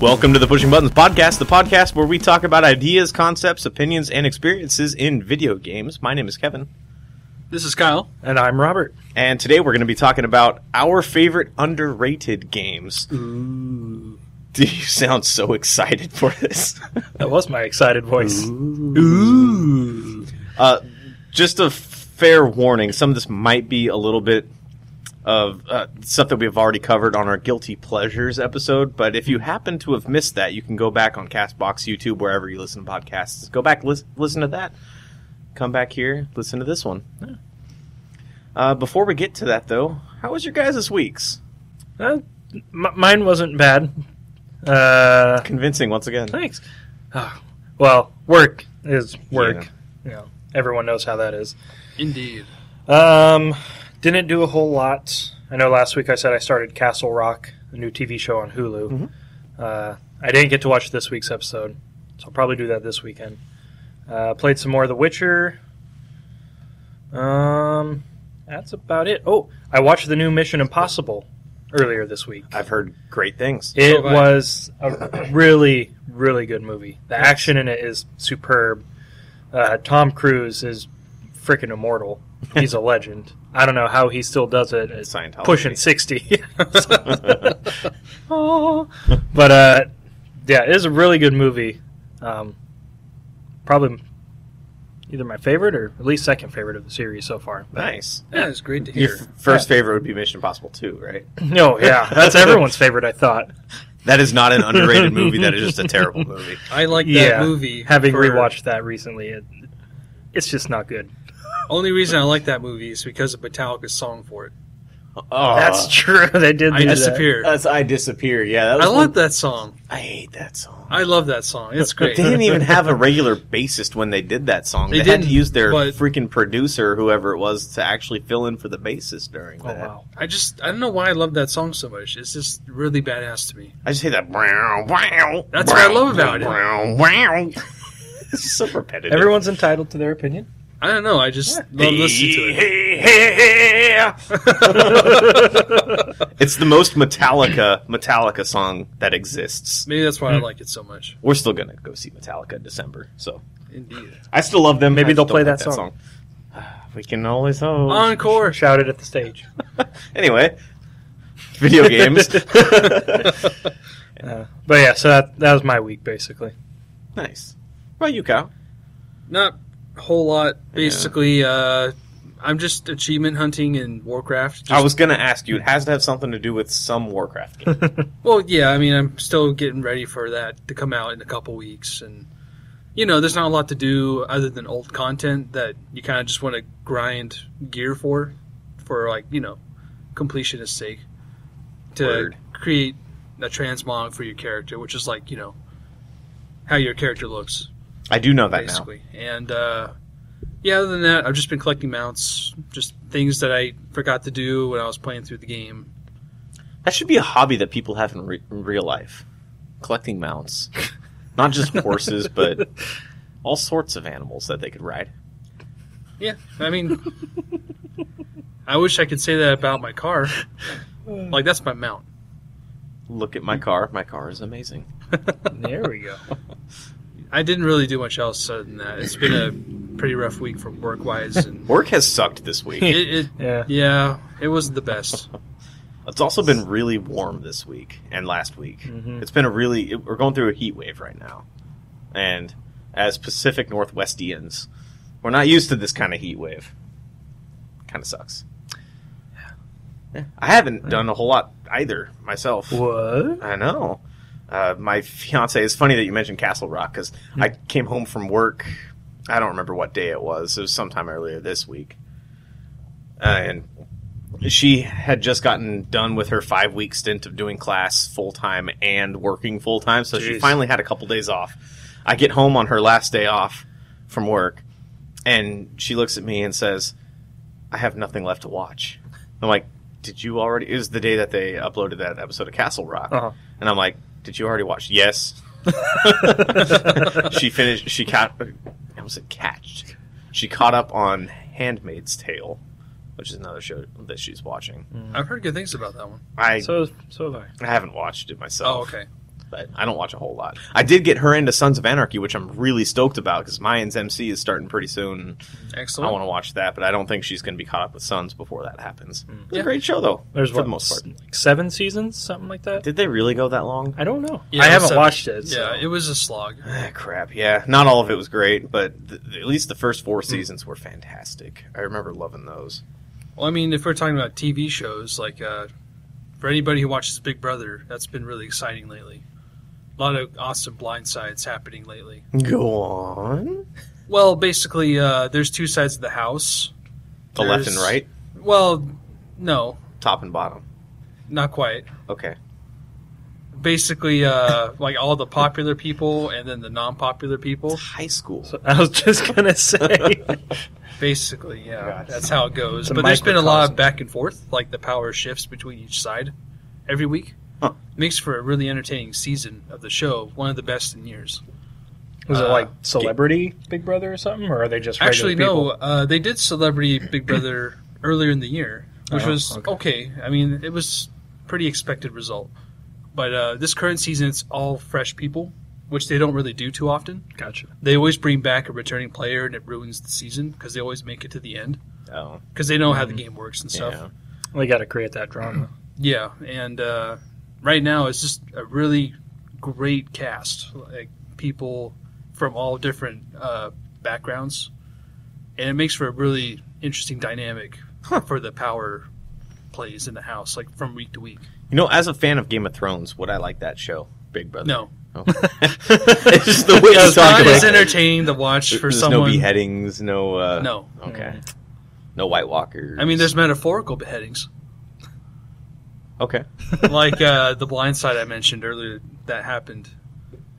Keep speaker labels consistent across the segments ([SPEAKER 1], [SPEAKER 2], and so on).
[SPEAKER 1] Welcome to the Pushing Buttons Podcast, the podcast where we talk about ideas, concepts, opinions, and experiences in video games. My name is Kevin,
[SPEAKER 2] This is Kyle.
[SPEAKER 3] And I'm Robert.
[SPEAKER 1] and today we're going to be talking about our favorite underrated games.
[SPEAKER 2] Ooh.
[SPEAKER 1] Do you sound so excited for this?
[SPEAKER 3] That was my excited voice.
[SPEAKER 2] Ooh.
[SPEAKER 1] Uh, just a fair warning some of this might be a little bit of uh, stuff that we've already covered on our guilty pleasures episode but if you happen to have missed that you can go back on castbox youtube wherever you listen to podcasts go back lis- listen to that come back here listen to this one uh, before we get to that though how was your guys' this week's
[SPEAKER 3] Uh, m- mine wasn't bad. Uh,
[SPEAKER 1] convincing once again
[SPEAKER 3] thanks. Oh, well, work is work. You know, everyone knows how that is.
[SPEAKER 2] Indeed.
[SPEAKER 3] Um, didn't do a whole lot. I know last week I said I started Castle Rock, a new TV show on Hulu.
[SPEAKER 1] Mhm.
[SPEAKER 3] Uh, I didn't get to watch this week's episode, so I'll probably do that this weekend. Uh, played some more of The Witcher. Um, that's about it. Oh, I watched the new Mission Impossible earlier this week.
[SPEAKER 1] i've heard great things
[SPEAKER 3] It
[SPEAKER 2] So have I.
[SPEAKER 3] was a really, really good movie. The action in it is superb. Uh, Tom Cruise is freaking immortal. He's a legend. I don't know how he still does it. It's
[SPEAKER 1] Scientology.
[SPEAKER 3] pushing sixty. Aw. but uh, yeah, it is a really good movie. Um, probably either my favorite or at least second favorite of the series so far. But-
[SPEAKER 1] nice
[SPEAKER 2] Yeah, it's great to
[SPEAKER 1] your
[SPEAKER 2] hear.
[SPEAKER 1] f- first favorite would be mission impossible 2 right
[SPEAKER 3] No, yeah, that's everyone's favorite. I thought.
[SPEAKER 1] that is not an underrated movie that is just a terrible movie
[SPEAKER 2] I like that
[SPEAKER 3] Yeah.
[SPEAKER 2] movie.
[SPEAKER 3] Having
[SPEAKER 2] for-
[SPEAKER 3] rewatched that recently, it, it's just not good.
[SPEAKER 2] Only reason I like that movie is because of Metallica's song for it.
[SPEAKER 1] Oh.
[SPEAKER 3] That's true. They did.
[SPEAKER 2] I
[SPEAKER 3] do that.
[SPEAKER 2] disappear.
[SPEAKER 1] That's I disappear. Yeah, that was
[SPEAKER 2] I
[SPEAKER 1] one-
[SPEAKER 2] love that song.
[SPEAKER 1] I hate that song.
[SPEAKER 2] I love that song. It's
[SPEAKER 1] they
[SPEAKER 2] great.
[SPEAKER 1] didn't even have a regular bassist when they did that song. They,
[SPEAKER 2] They
[SPEAKER 1] had to
[SPEAKER 2] didn't,
[SPEAKER 1] use their
[SPEAKER 2] but-
[SPEAKER 1] freaking producer, whoever it was, to actually fill in for the bassist during
[SPEAKER 3] Oh
[SPEAKER 1] that.
[SPEAKER 3] wow.
[SPEAKER 2] I just I don't know why I love that song so much. It's just really badass to me.
[SPEAKER 1] I just hate that. That's
[SPEAKER 2] That's what I love about it.
[SPEAKER 1] it. it's so repetitive.
[SPEAKER 3] Everyone's entitled to their opinion.
[SPEAKER 2] I don't know. I just love listening to it.
[SPEAKER 1] it's the most Metallica Metallica song that exists.
[SPEAKER 2] Maybe that's why I like it so much.
[SPEAKER 1] We're still gonna go see Metallica in December, so
[SPEAKER 2] Indeed.
[SPEAKER 1] I still love them.
[SPEAKER 3] Maybe
[SPEAKER 1] I just
[SPEAKER 3] they'll
[SPEAKER 1] don't
[SPEAKER 3] play
[SPEAKER 1] like
[SPEAKER 3] that song.
[SPEAKER 1] We can always hope.
[SPEAKER 2] Encore.
[SPEAKER 3] Shouted at the stage.
[SPEAKER 1] Anyway, video games.
[SPEAKER 3] Uh, but yeah, so that, that was my week basically.
[SPEAKER 1] nice. Well, you Kyle?
[SPEAKER 2] Not a whole lot. Basically, uh, I'm just achievement hunting in Warcraft.
[SPEAKER 3] Oh,
[SPEAKER 2] Just
[SPEAKER 1] I was gonna ask you. It has to have something to do with some Warcraft game.
[SPEAKER 2] Well, yeah, I mean, I'm still getting ready for that to come out in a couple weeks, and you know, there's not a lot to do other than old content that you kind of just want to grind gear for, for like you know, completionist sake, to
[SPEAKER 1] Word.
[SPEAKER 2] create a transmog for your character, which is like you know, how your character looks
[SPEAKER 1] I do know that
[SPEAKER 2] basically. And uh, yeah, other than that, I've just been collecting mounts, just things that I forgot to do when I was playing through the game.
[SPEAKER 1] now. That should be a hobby that people have in, re- in real life: collecting mounts, not just horses, but all sorts of animals that they could ride.
[SPEAKER 2] Yeah, I mean, I wish I could say that about my car. Like that's my mount.
[SPEAKER 1] Look at my car. My car is amazing.
[SPEAKER 3] There we go.
[SPEAKER 2] I didn't really do much else other than that. It's been a pretty rough week from work wise, and
[SPEAKER 1] Work has sucked this week.
[SPEAKER 2] it, it
[SPEAKER 3] Yeah.
[SPEAKER 2] yeah, it wasn't the best.
[SPEAKER 1] It's also been really warm this week and last week.
[SPEAKER 3] Mhm.
[SPEAKER 1] It's been a really it- we're going through a heat wave right now, and as Pacific Northwestians, we're not used to this kind of heat wave. Kind of sucks. Yeah. I haven't done a whole lot either myself.
[SPEAKER 3] What?
[SPEAKER 1] I know. Uh, my fiance. It's funny that you mentioned Castle Rock because
[SPEAKER 3] Hmm.
[SPEAKER 1] I came home from work. I don't remember what day it was. It was sometime earlier this week, uh, and she had just gotten done with her five week stint of doing class full time and working full time. So she
[SPEAKER 3] Jeez.
[SPEAKER 1] finally had a couple days off. I get home on her last day off from work, and she looks at me and says, "I have nothing left to watch." I'm like, "Did you already?" It was the day that they uploaded that episode of Castle Rock.
[SPEAKER 3] Uh-huh.
[SPEAKER 1] And I'm like, "Did you already watch?" Yes. she finished. She caught. I almost said catched. She caught up on *Handmaid's Tale*, which is another show that she's watching.
[SPEAKER 2] I've heard good things about that one.
[SPEAKER 1] I
[SPEAKER 3] So so have I.
[SPEAKER 1] I haven't watched it
[SPEAKER 2] Oh,
[SPEAKER 1] myself.
[SPEAKER 2] okay.
[SPEAKER 1] but I don't watch a whole lot. I did get her into Sons of Anarchy, which I'm really stoked about because Mayans MC is starting pretty soon. and I
[SPEAKER 2] Excellent.
[SPEAKER 1] want to watch that, but I don't think she's going to be caught up with Sons before that happens. It's
[SPEAKER 2] Yeah.
[SPEAKER 1] a great show though.
[SPEAKER 3] There's
[SPEAKER 1] for
[SPEAKER 3] what,
[SPEAKER 1] the most part.
[SPEAKER 3] s- like seven seasons, something like that.
[SPEAKER 1] Did they really go that long?
[SPEAKER 3] I don't know.
[SPEAKER 2] Yeah,
[SPEAKER 3] I haven't
[SPEAKER 2] seven-
[SPEAKER 3] watched it. so-
[SPEAKER 2] Yeah, it was a slog.
[SPEAKER 1] Ah, crap. Yeah, not all of it was great, but th- at least the first four seasons were fantastic. I remember loving those.
[SPEAKER 2] Well, I mean, if we're talking about TV shows, like uh, for anybody who watches Big Brother, that's been really exciting lately. A lot of awesome blindsides happening lately.
[SPEAKER 1] Go on.
[SPEAKER 2] Well, basically, uh, there's two sides of the house.
[SPEAKER 1] The left and
[SPEAKER 2] There's-
[SPEAKER 1] right,
[SPEAKER 2] Well, no,
[SPEAKER 1] top and bottom.
[SPEAKER 2] not quite.
[SPEAKER 1] Okay.
[SPEAKER 2] Basically, uh, like all the popular people and then the non-popular people.
[SPEAKER 1] High school.
[SPEAKER 3] So I was just gonna say.
[SPEAKER 2] Basically, yeah,
[SPEAKER 3] Gotcha.
[SPEAKER 2] that's how it goes.
[SPEAKER 3] It's a
[SPEAKER 2] But there's been a lot
[SPEAKER 3] microcosm.
[SPEAKER 2] of back and forth, like the power shifts between each side every week.
[SPEAKER 1] Huh.
[SPEAKER 2] Makes for a really entertaining season of the show, one of the best in years.
[SPEAKER 3] was it
[SPEAKER 2] Uh,
[SPEAKER 3] like Celebrity Big Brother or something, or are they just
[SPEAKER 2] Actually,
[SPEAKER 3] regular
[SPEAKER 2] no, uh, they did Celebrity Big Brother earlier in the year, which
[SPEAKER 3] Oh,
[SPEAKER 2] was
[SPEAKER 3] okay.
[SPEAKER 2] okay. I mean, it was pretty expected result. But uh, this current season, it's all fresh people, which they don't really do too often.
[SPEAKER 3] people? Gotcha.
[SPEAKER 2] They always bring back a returning player, and it ruins the season because they always make it to the end
[SPEAKER 1] Oh,
[SPEAKER 2] because they know how the game works and stuff.
[SPEAKER 1] yeah.
[SPEAKER 3] We got to create that drama.
[SPEAKER 2] Yeah, and uh, right now it's just a really great cast, like people from all different uh, backgrounds, and it makes for a really interesting dynamic for the power plays in the house, like from week to week.
[SPEAKER 1] You know, as a fan of Game of Thrones, would I like that show, Big Brother?
[SPEAKER 2] No,
[SPEAKER 1] Oh. it's just the way you
[SPEAKER 2] it's
[SPEAKER 1] talk
[SPEAKER 2] not
[SPEAKER 1] about
[SPEAKER 2] as
[SPEAKER 1] it.
[SPEAKER 2] entertaining to watch for
[SPEAKER 1] there's no
[SPEAKER 2] someone.
[SPEAKER 1] beheadings, no. Uh,
[SPEAKER 2] no, Mm.
[SPEAKER 1] Okay. No White Walkers.
[SPEAKER 2] I mean there's metaphorical beheadings,
[SPEAKER 1] Okay.
[SPEAKER 2] like uh, the Blind Side I mentioned earlier that happened.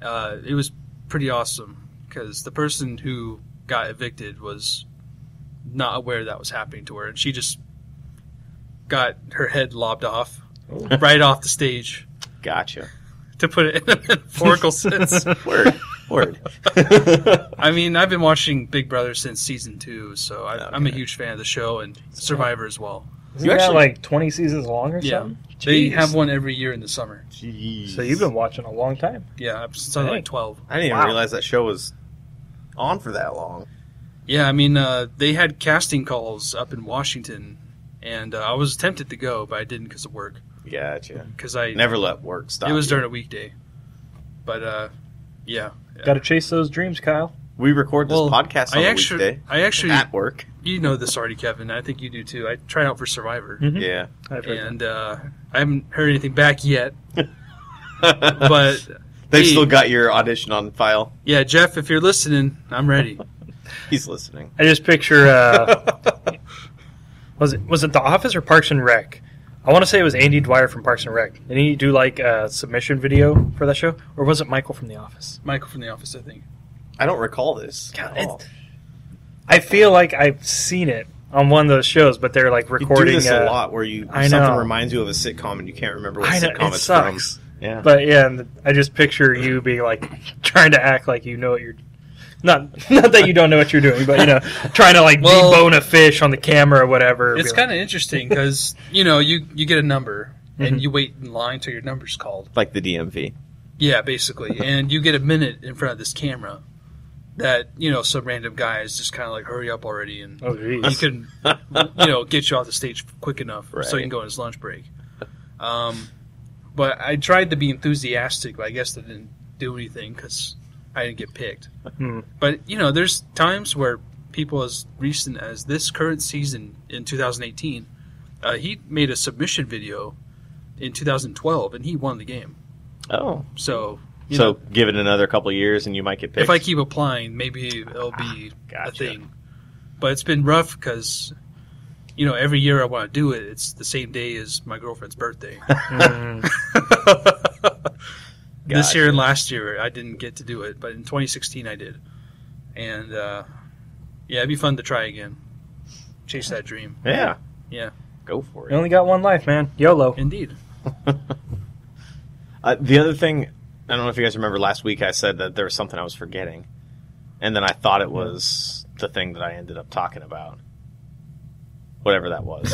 [SPEAKER 2] Uh, it was pretty awesome because the person who got evicted was not aware that was happening to her, and she just got her head lobbed off right off the stage.
[SPEAKER 1] Gotcha.
[SPEAKER 2] To put it in a metaphorical sense,
[SPEAKER 1] Word. Word.
[SPEAKER 2] I mean I've been watching Big Brother since season two, so I, I'm a
[SPEAKER 1] Okay.
[SPEAKER 2] huge fan of the show and Survivor as well.
[SPEAKER 3] Isn't that
[SPEAKER 1] actually-
[SPEAKER 3] like 20 seasons long or
[SPEAKER 2] Yeah.
[SPEAKER 3] something?
[SPEAKER 2] They
[SPEAKER 3] Jeez.
[SPEAKER 2] have one every year in the summer.
[SPEAKER 1] Jeez.
[SPEAKER 3] So you've been watching a long time.
[SPEAKER 2] Yeah, since I was
[SPEAKER 3] Dang.
[SPEAKER 2] like twelve.
[SPEAKER 1] I didn't even
[SPEAKER 3] Wow.
[SPEAKER 1] realize that show was on for that long.
[SPEAKER 2] Yeah, I mean, uh, they had casting calls up in Washington, and uh, I was tempted to go, but I didn't because of work.
[SPEAKER 1] Gotcha.
[SPEAKER 2] Because I
[SPEAKER 1] Never let work stop.
[SPEAKER 2] it was
[SPEAKER 1] you.
[SPEAKER 2] during a weekday, but uh, yeah,
[SPEAKER 3] Got to chase those dreams, Kyle.
[SPEAKER 1] We record this
[SPEAKER 2] Well,
[SPEAKER 1] podcast on
[SPEAKER 2] I
[SPEAKER 1] a
[SPEAKER 2] actually,
[SPEAKER 1] weekday.
[SPEAKER 2] I actually,
[SPEAKER 1] At work.
[SPEAKER 2] you know this already, Kevin. I think you do too. I tried out for Survivor,
[SPEAKER 1] Yeah.
[SPEAKER 3] Mm-hmm. I've heard
[SPEAKER 2] and uh, I haven't heard anything back yet.
[SPEAKER 1] but
[SPEAKER 2] But
[SPEAKER 1] they've
[SPEAKER 2] hey,
[SPEAKER 1] still got your audition on file.
[SPEAKER 2] yeah, Jeff, if you're listening, I'm ready.
[SPEAKER 1] He's listening.
[SPEAKER 3] that. I just picture uh, was it was it The Office or Parks and Rec? I want to say it was Andy Dwyer from Parks and Rec. Did he do like a submission video for that show, or was it Michael from The Office?
[SPEAKER 2] Michael from the office, I think.
[SPEAKER 1] I don't recall this.
[SPEAKER 3] God,
[SPEAKER 1] at all.
[SPEAKER 3] it's- I feel like I've seen it on one of those shows, but they're like
[SPEAKER 1] You do
[SPEAKER 3] recording.
[SPEAKER 1] this
[SPEAKER 3] uh,
[SPEAKER 1] a lot where you
[SPEAKER 3] I
[SPEAKER 1] something
[SPEAKER 3] know.
[SPEAKER 1] reminds you of a sitcom and you can't remember what
[SPEAKER 3] I know,
[SPEAKER 1] sitcom
[SPEAKER 3] it
[SPEAKER 1] it's
[SPEAKER 3] sucks.
[SPEAKER 1] from. Yeah.
[SPEAKER 3] But yeah, and I just picture you being like trying to act like you know what you're not not that you don't know what you're doing, but you know, trying to like
[SPEAKER 2] Well-
[SPEAKER 3] debone a fish on the camera or whatever.
[SPEAKER 2] It's kind of interesting because you know you you get a number and
[SPEAKER 1] Mm-hmm.
[SPEAKER 3] Mhm.
[SPEAKER 2] you wait in line till your number's called.
[SPEAKER 1] like the DMV.
[SPEAKER 2] Yeah, basically, and you get a minute in front of this camera that you know some random guy is just kind of like hurry up already, and
[SPEAKER 3] of oh
[SPEAKER 2] he
[SPEAKER 3] geez.
[SPEAKER 2] can you know get you off the stage quick enough so
[SPEAKER 1] Right.
[SPEAKER 2] he can go on his lunch break. Um, but I tried to be enthusiastic, but I guess that didn't do anything because I didn't get picked.
[SPEAKER 3] Hmm.
[SPEAKER 2] But you know, there's times where people as recent as this current season in 2018, uh, he made a submission video in 2012 and he won the game.
[SPEAKER 1] Oh.
[SPEAKER 2] So you
[SPEAKER 1] so
[SPEAKER 2] know,
[SPEAKER 1] give it another couple years and you might get picked.
[SPEAKER 2] if I keep applying, maybe it'll be
[SPEAKER 1] Ah, Gotcha.
[SPEAKER 2] a thing. But it's been rough because, you know, every year I want to do it. It's the same day as my girlfriend's birthday.
[SPEAKER 3] Mm.
[SPEAKER 2] This
[SPEAKER 1] Gotcha.
[SPEAKER 2] year and last year I didn't get to do it, but in 2016 I did. And uh, yeah, it'd be fun to try again. Chase that dream.
[SPEAKER 1] Yeah.
[SPEAKER 2] Yeah.
[SPEAKER 1] Go for
[SPEAKER 3] You
[SPEAKER 1] it.
[SPEAKER 3] only got one life, man. YOLO.
[SPEAKER 2] Indeed.
[SPEAKER 1] Uh, the other thing, I don't know if you guys remember last week, I said that there was something I was forgetting. And then I thought it was the thing that I ended up talking about. Whatever that was.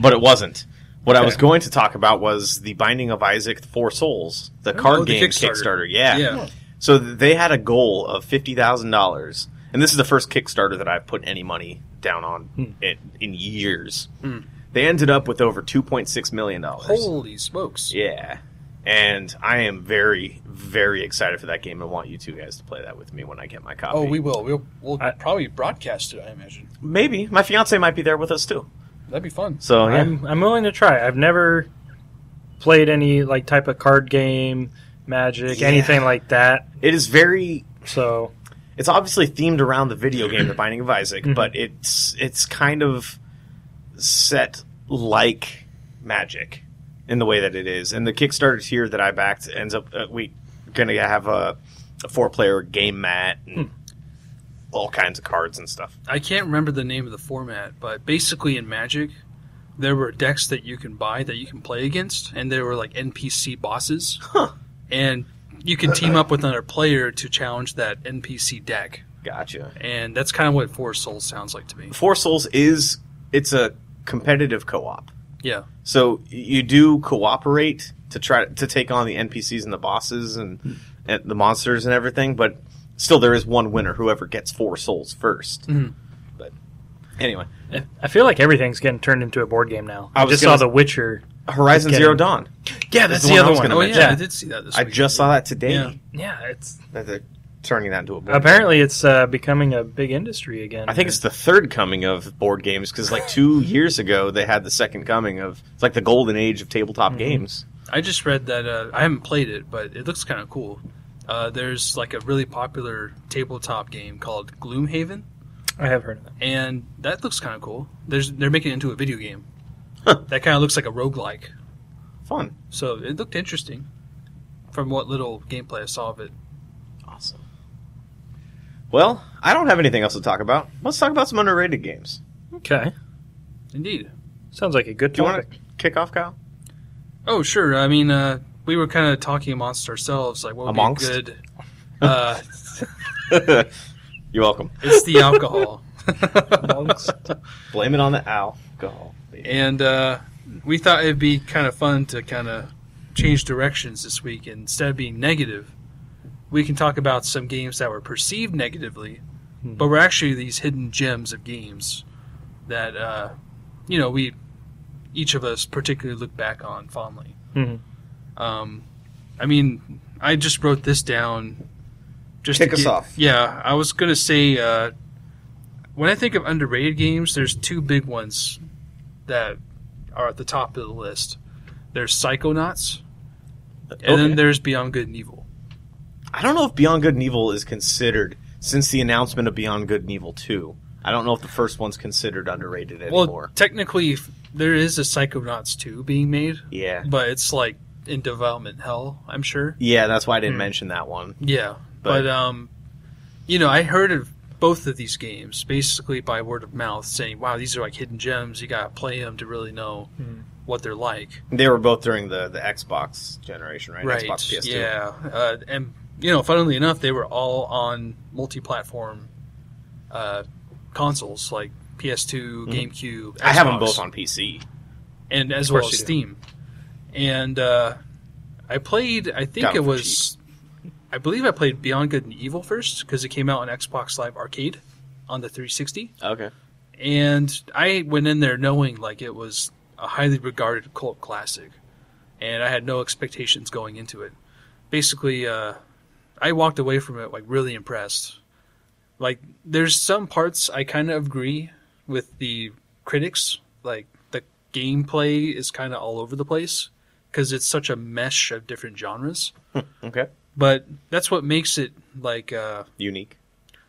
[SPEAKER 1] but it wasn't. What I
[SPEAKER 3] Okay.
[SPEAKER 1] was going to talk about was the Binding of Isaac: Four Souls, the card
[SPEAKER 2] Oh, the
[SPEAKER 1] game
[SPEAKER 2] Kickstarter.
[SPEAKER 1] Kickstarter. Yeah. So th- they had a goal of fifty thousand dollars, and this is the first Kickstarter that I've put any money down on in, in years.
[SPEAKER 2] Hmm.
[SPEAKER 1] They ended up with over two point six million dollars.
[SPEAKER 2] Holy smokes.
[SPEAKER 1] Yeah. And I am very, very excited for that game and want you two guys to play that with me when I get my copy.
[SPEAKER 2] Oh, we will. We'll, we'll
[SPEAKER 3] I-
[SPEAKER 2] probably broadcast it, I imagine.
[SPEAKER 1] Maybe. My fiance might be there with us too.
[SPEAKER 2] That'd be fun.
[SPEAKER 1] So Oh, yeah.
[SPEAKER 3] I'm I'm willing to try. I've never played any like type of card game, magic,
[SPEAKER 1] Yeah.
[SPEAKER 3] anything like that.
[SPEAKER 1] It is very
[SPEAKER 3] So
[SPEAKER 1] it's obviously themed around the video game The Binding of Isaac,
[SPEAKER 3] Mhm.
[SPEAKER 1] but it's it's kind of set like magic in the way that it is. And the Kickstarter tier that I backed ends up uh, we gonna have a, a four player game mat and all kinds of cards and stuff.
[SPEAKER 2] I can't remember the name of the format, but basically in Magic, there were decks that you can buy that you can play against, and they were like NPC bosses.
[SPEAKER 1] Huh.
[SPEAKER 2] And you can team up with another player to challenge that NPC deck.
[SPEAKER 1] Gotcha.
[SPEAKER 2] And that's kind of what Four Souls sounds like to me.
[SPEAKER 1] Four Souls is it's a competitive co-op.
[SPEAKER 2] Yeah.
[SPEAKER 1] So y- you do cooperate to try to take on the NPCs and the bosses and, and the monsters and everything, but still there is one winner, whoever gets four souls 1st
[SPEAKER 2] Mhm.
[SPEAKER 1] But anyway,
[SPEAKER 3] I feel like everything's getting turned into a board game now.
[SPEAKER 1] I
[SPEAKER 3] I,
[SPEAKER 1] was
[SPEAKER 3] just
[SPEAKER 1] gonna-
[SPEAKER 3] saw The Witcher.
[SPEAKER 1] Horizon
[SPEAKER 3] Get
[SPEAKER 1] Zero
[SPEAKER 3] it.
[SPEAKER 1] Dawn.
[SPEAKER 3] Yeah,
[SPEAKER 1] that's the other one.
[SPEAKER 2] Oh, yeah,
[SPEAKER 1] Yeah.
[SPEAKER 2] I did see that this
[SPEAKER 1] I
[SPEAKER 2] week.
[SPEAKER 1] just saw that today.
[SPEAKER 2] Yeah.
[SPEAKER 3] Yeah, it's
[SPEAKER 1] That they're turning that into a board.
[SPEAKER 3] apparently it's uh, becoming a big industry again.
[SPEAKER 1] I think it's the third coming of board games because, like, two years ago they had the second coming of it's like the golden age of tabletop
[SPEAKER 3] Mhm.
[SPEAKER 1] games.
[SPEAKER 2] I just read that uh, I haven't played it, but it looks kind of cool. Uh, there's like a really popular tabletop game called Gloomhaven,
[SPEAKER 3] I have heard of that.
[SPEAKER 2] and that looks kind of cool. There's they're making it into a video game.
[SPEAKER 1] Huh.
[SPEAKER 2] That kind of looks like a roguelike.
[SPEAKER 1] Fun,
[SPEAKER 2] So it looked interesting from what little gameplay I saw of it.
[SPEAKER 1] awesome. Well, I don't have anything else to talk about. Let's talk about some underrated games.
[SPEAKER 3] Okay,
[SPEAKER 2] Indeed.
[SPEAKER 3] sounds like a good
[SPEAKER 1] Do you
[SPEAKER 3] topic.
[SPEAKER 1] want to kick off, Kyle?
[SPEAKER 2] Oh, sure. I mean, uh, we were kind of talking amongst ourselves, like what would
[SPEAKER 1] Amongst?
[SPEAKER 2] be a good. Uh,
[SPEAKER 1] You're welcome.
[SPEAKER 2] it's the alcohol.
[SPEAKER 1] Blame it on the alcohol.
[SPEAKER 2] and uh, we thought it'd be kind of fun to kind of change directions this week. Instead of being negative, we can talk about some games that were perceived negatively,
[SPEAKER 3] Hmm.
[SPEAKER 2] but were actually these hidden gems of games that uh, you know we each of us particularly look back on fondly.
[SPEAKER 3] Mhm.
[SPEAKER 2] Um, I mean, I just wrote this down. Just
[SPEAKER 1] Kick
[SPEAKER 2] to
[SPEAKER 1] us
[SPEAKER 2] get-
[SPEAKER 1] off.
[SPEAKER 2] Yeah, I was gonna say uh, when I think of underrated games, there's two big ones that are at the top of the list. There's Psychonauts, and then there's Beyond Good and Evil.
[SPEAKER 1] I don't know if Beyond Good and Evil is considered since the announcement of Beyond Good and Evil 2. I don't know if the first one's considered underrated
[SPEAKER 2] Well,
[SPEAKER 1] anymore.
[SPEAKER 2] technically, f- there is a Psychonauts 2 being made,
[SPEAKER 1] yeah.
[SPEAKER 2] but it's like in development hell, I'm sure.
[SPEAKER 1] Yeah, that's why I didn't
[SPEAKER 3] Hmm.
[SPEAKER 1] mention that one.
[SPEAKER 2] Yeah,
[SPEAKER 1] But-
[SPEAKER 2] but, um, you know, I heard of both of these games basically by word of mouth, saying, "Wow, these are like hidden gems. You gotta play them to really know
[SPEAKER 3] Hmm.
[SPEAKER 2] what they're like."
[SPEAKER 1] They were both during the, the Xbox generation, right?
[SPEAKER 2] right?
[SPEAKER 1] Xbox PS2.
[SPEAKER 2] Yeah, uh, and you know, funnily enough, they were all on multi-platform uh, consoles like PS2,
[SPEAKER 1] Mhm.
[SPEAKER 2] GameCube.
[SPEAKER 1] I have them
[SPEAKER 2] Xbox.
[SPEAKER 1] both on PC.
[SPEAKER 2] and as
[SPEAKER 3] Of
[SPEAKER 2] well
[SPEAKER 3] course
[SPEAKER 2] as
[SPEAKER 3] you do.
[SPEAKER 2] Steam. And uh, I played. I think
[SPEAKER 1] Got it
[SPEAKER 2] it
[SPEAKER 1] for
[SPEAKER 2] was. I believe I played Beyond Good and Evil first because it came out on Xbox Live Arcade on the 360,
[SPEAKER 1] Okay.
[SPEAKER 2] and I went in there knowing like it was a highly regarded cult classic, and I had no expectations going into it. Basically, uh, I walked away from it like really impressed. Like, there's some parts I kind of agree with the critics. Like, the gameplay is kind of all over the place because it's such a mesh of different genres.
[SPEAKER 1] Okay.
[SPEAKER 2] But that's what makes it like, uh,
[SPEAKER 1] Unique.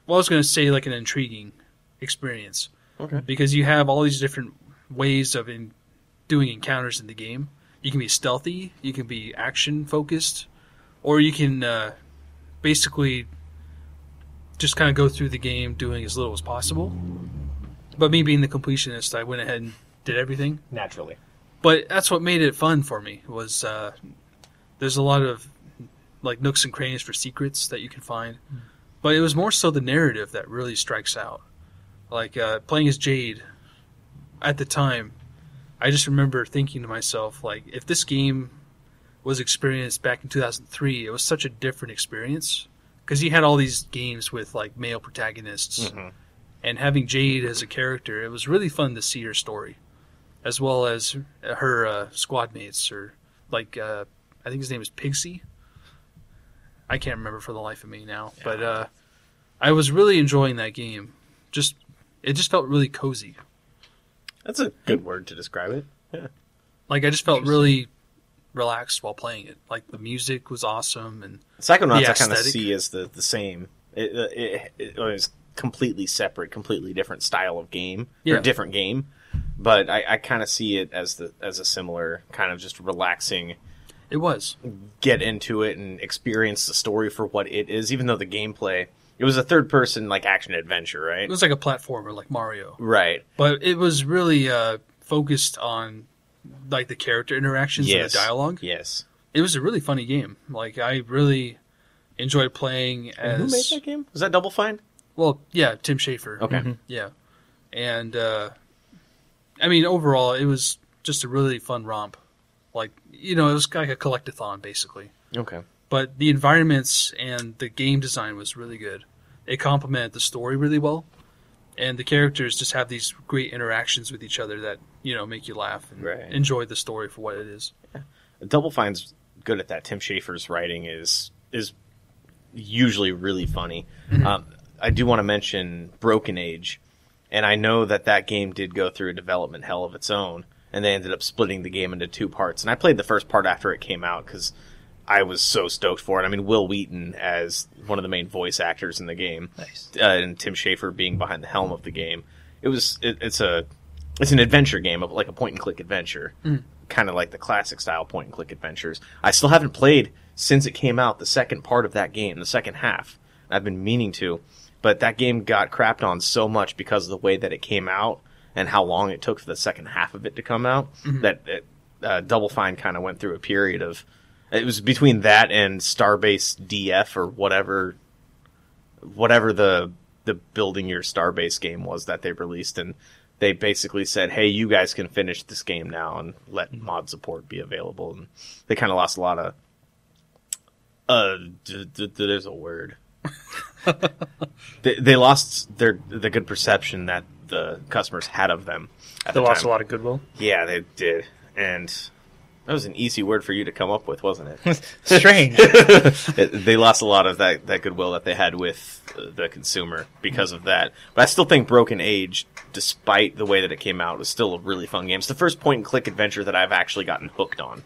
[SPEAKER 2] well, I was going to say like an intriguing experience
[SPEAKER 1] Okay.
[SPEAKER 2] because you have all these different ways of in doing encounters in the game. You can be stealthy, you can be action focused, or you can uh, basically just kind of go through the game doing as little as possible. But me being the completionist, I went ahead and did everything.
[SPEAKER 1] Naturally.
[SPEAKER 2] But that's what made it fun for me was uh, there's a lot of like nooks and crannies for secrets that you can find, but it was more so the narrative that really strikes out. Like uh, playing as Jade at the time, I just remember thinking to myself, like, if this game was experienced back in 2003, it was such a different experience because you had all these games with like male
[SPEAKER 1] Hmm.
[SPEAKER 2] protagonists,
[SPEAKER 1] Mm-hmm.
[SPEAKER 2] and having Jade as a character, it was really fun to see her story, as well as her uh, squad mates or like uh, I think his name is Pigsy. I can't remember for the life of me now, but uh, I was really enjoying that game. Just it just felt really cozy.
[SPEAKER 1] That's a good word to describe it.
[SPEAKER 2] Like I just felt really relaxed while playing it. Like the music was awesome, and
[SPEAKER 1] Psychonauts
[SPEAKER 2] The
[SPEAKER 1] I kind of
[SPEAKER 2] aesthetic.
[SPEAKER 1] see as the, the same. It, uh, it, it was completely separate, completely different style of game
[SPEAKER 2] Yeah.
[SPEAKER 1] or different game, but I, I kind of see it as the as a similar kind of just relaxing,
[SPEAKER 2] it was.
[SPEAKER 1] get into it and experience the story for what it is. Even though the gameplay, it was a third person like action adventure, right?
[SPEAKER 2] It was like a platformer, like Mario,
[SPEAKER 1] right.
[SPEAKER 2] but it was really uh, focused on like the character interactions and
[SPEAKER 1] Yes.
[SPEAKER 2] the dialogue.
[SPEAKER 1] Yes.
[SPEAKER 2] It was a really funny game. Like I really enjoyed playing as
[SPEAKER 1] Who made that Mm-hmm. game? Was that Double Fine?
[SPEAKER 2] well, yeah, Tim Schafer.
[SPEAKER 1] Okay.
[SPEAKER 2] Yeah. And uh I mean overall it was just a really fun romp. Like you know, it was like a collectathon basically.
[SPEAKER 1] Okay.
[SPEAKER 2] But the environments and the game design was really good. It complemented the story really well. And the characters just have these great interactions with each other that, you know, make you laugh and
[SPEAKER 1] Right.
[SPEAKER 2] enjoy the story for what it is.
[SPEAKER 1] Double Fine's good at that. Tim Schafer's writing is is usually really funny. Um, I do want to mention Broken Age, and I know that that game did go through a development hell of its own, and they ended up splitting the game into two parts. And I played the first part after it came out because I was so stoked for it. I mean, Will Wheaton as one of the main voice actors in the game,
[SPEAKER 3] Nice.
[SPEAKER 1] uh, and Tim Schafer being behind the helm of the game. It was it, it's a it's an adventure game of like a point and click adventure, kind of like the classic style point and click adventures. I still haven't played since it came out the second part of that game, the second half. I've been meaning to, but that game got crapped on so much because of the way that it came out and how long it took for the second half of it to come out that it, uh, Double Fine kind of went through a period of it was between that and Starbase DF or whatever whatever the the building your starbase game was that they released and they basically said hey you guys can finish this game now and let
[SPEAKER 3] Mm-hmm.
[SPEAKER 1] mod support be available and they kind of lost a lot of uh d- d- d- there's a word they, they lost their the good perception that the customers had of them at
[SPEAKER 3] They
[SPEAKER 1] the
[SPEAKER 3] lost
[SPEAKER 1] time.
[SPEAKER 3] a lot of goodwill.
[SPEAKER 1] yeah they did and that was an easy word for you to come up with wasn't it
[SPEAKER 3] Strange.
[SPEAKER 1] it- they lost a lot of that, that goodwill that they had with uh, the consumer because of that. But I still think Broken Age, despite the way that it came out, was still a really fun game. It's the first point and click adventure that I've actually gotten hooked on,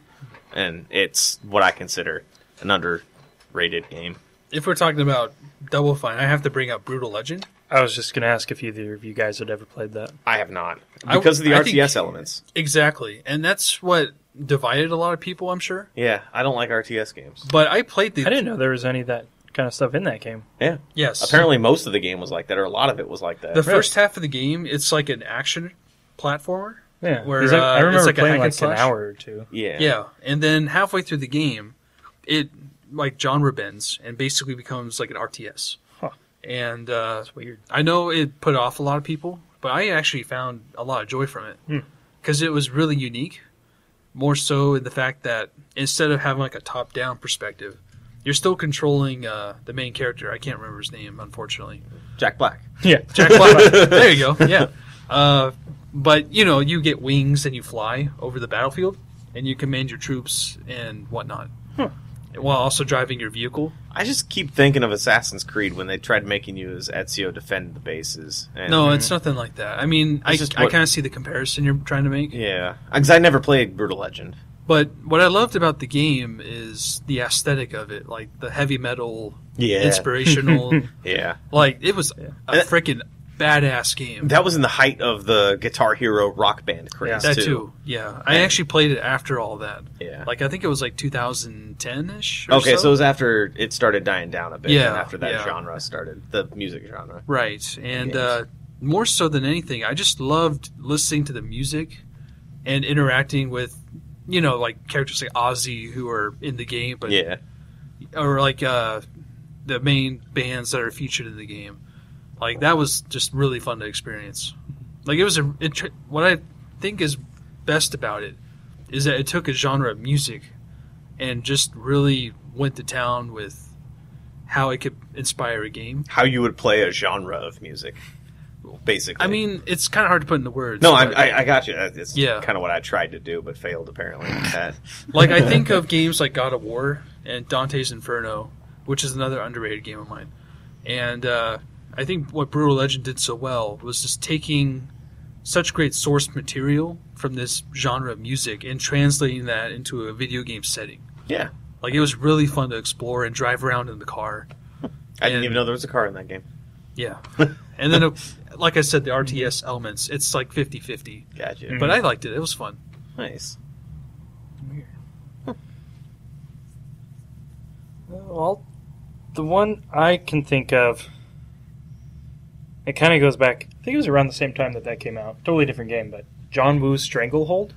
[SPEAKER 1] and it's what I consider an underrated game.
[SPEAKER 2] If we're talking about Double Fine, I have to bring up Brutal Legend.
[SPEAKER 3] I was just gonna ask if either of you guys had ever played that.
[SPEAKER 1] I have not
[SPEAKER 2] I-
[SPEAKER 1] because of the
[SPEAKER 2] I think-
[SPEAKER 1] RTS elements.
[SPEAKER 2] Exactly. And that's what divided a lot of people, I'm sure.
[SPEAKER 1] Yeah, I don't like RTS games.
[SPEAKER 2] But I played the
[SPEAKER 3] I didn't know there was any of that kind of stuff in that game.
[SPEAKER 1] Yeah,
[SPEAKER 2] yes.
[SPEAKER 1] apparently most of the game was like that, or a lot of it was like that.
[SPEAKER 2] the first half of the game, it's like an action platformer.
[SPEAKER 3] Yeah,
[SPEAKER 2] Where,
[SPEAKER 3] 'Cause I,
[SPEAKER 2] uh,
[SPEAKER 3] I
[SPEAKER 2] it's
[SPEAKER 3] remember
[SPEAKER 2] like a hack
[SPEAKER 3] playing
[SPEAKER 2] and
[SPEAKER 3] like an
[SPEAKER 2] slash.
[SPEAKER 3] hour or two.
[SPEAKER 1] yeah,
[SPEAKER 2] Yeah. And then halfway through the game, it like genre bends and basically becomes like an RTS.
[SPEAKER 3] Huh.
[SPEAKER 2] And uh,
[SPEAKER 3] It's weird.
[SPEAKER 2] I know it put off a lot of people, but I actually found a lot of joy from
[SPEAKER 3] Hmm.
[SPEAKER 2] it because it was really unique. More so in the fact that instead of having like a top-down perspective, you're still controlling uh, the main character. I can't remember his name, unfortunately.
[SPEAKER 1] Jack Black.
[SPEAKER 3] Yeah,
[SPEAKER 2] Jack Black. there you go. Yeah. Uh, but you know, you get wings and you fly over the battlefield, and you command your troops and whatnot, while also driving your vehicle.
[SPEAKER 1] I just keep thinking of Assassin's Creed when they tried making you as Ezio defend the bases. And
[SPEAKER 2] No, it's nothing like that. I mean, I,
[SPEAKER 1] It's just
[SPEAKER 2] I
[SPEAKER 1] what-
[SPEAKER 2] kind of see the comparison you're trying to make.
[SPEAKER 1] Yeah, because I never played Brutal Legend.
[SPEAKER 2] But what I loved about the game is the aesthetic of it, like the heavy metal,
[SPEAKER 1] Yeah,
[SPEAKER 2] inspirational.
[SPEAKER 1] yeah.
[SPEAKER 2] like it was a
[SPEAKER 1] And-
[SPEAKER 2] freaking badass game.
[SPEAKER 1] That was in the height of the Guitar Hero rock band craze
[SPEAKER 3] Yeah.
[SPEAKER 2] That too. Yeah, I actually played it after all that.
[SPEAKER 1] Yeah.
[SPEAKER 2] Like I think it was like 2010 ish.
[SPEAKER 1] okay, so. it was after it started dying down a bit.
[SPEAKER 2] Yeah,
[SPEAKER 1] and after that
[SPEAKER 2] yeah.
[SPEAKER 1] genre started, the music genre.
[SPEAKER 2] right, and
[SPEAKER 1] Games.
[SPEAKER 2] uh, more so than anything, I just loved listening to the music and interacting with, you know, like characters like Ozzy who are in the game, but
[SPEAKER 1] yeah,
[SPEAKER 2] or like uh, the main bands that are featured in the game. Like that was just really fun to experience. Like it was a it, tr- what I think is best about it is that it took a genre of music and just really went to town with how it could inspire a game.
[SPEAKER 1] How you would play a genre of music, basically.
[SPEAKER 2] I mean, it's kind of hard to put into words.
[SPEAKER 1] no,
[SPEAKER 2] but-
[SPEAKER 1] I, I, I got you. Uh, It's
[SPEAKER 2] Yeah.
[SPEAKER 1] kind of what I tried to do, but failed apparently. at that.
[SPEAKER 2] like I think of games like God of War and Dante's Inferno, which is another underrated game of mine. And uh, I think what Brutal Legend did so well was just taking such great source material from this genre of music and translating that into a video game setting.
[SPEAKER 1] Yeah.
[SPEAKER 2] Like it was really fun to explore and drive around in the car.
[SPEAKER 1] I didn't
[SPEAKER 2] And-
[SPEAKER 1] even know there was a car in that game.
[SPEAKER 2] Yeah. and then, uh, like I said, the RTS elements, it's like 50 50.
[SPEAKER 1] Gotcha.
[SPEAKER 2] But I liked it. It was fun.
[SPEAKER 1] Nice.
[SPEAKER 3] Well, the one I can think of, it kind of goes back. I think it was around the same time that that came out. Totally different game, but John Woo's Stranglehold.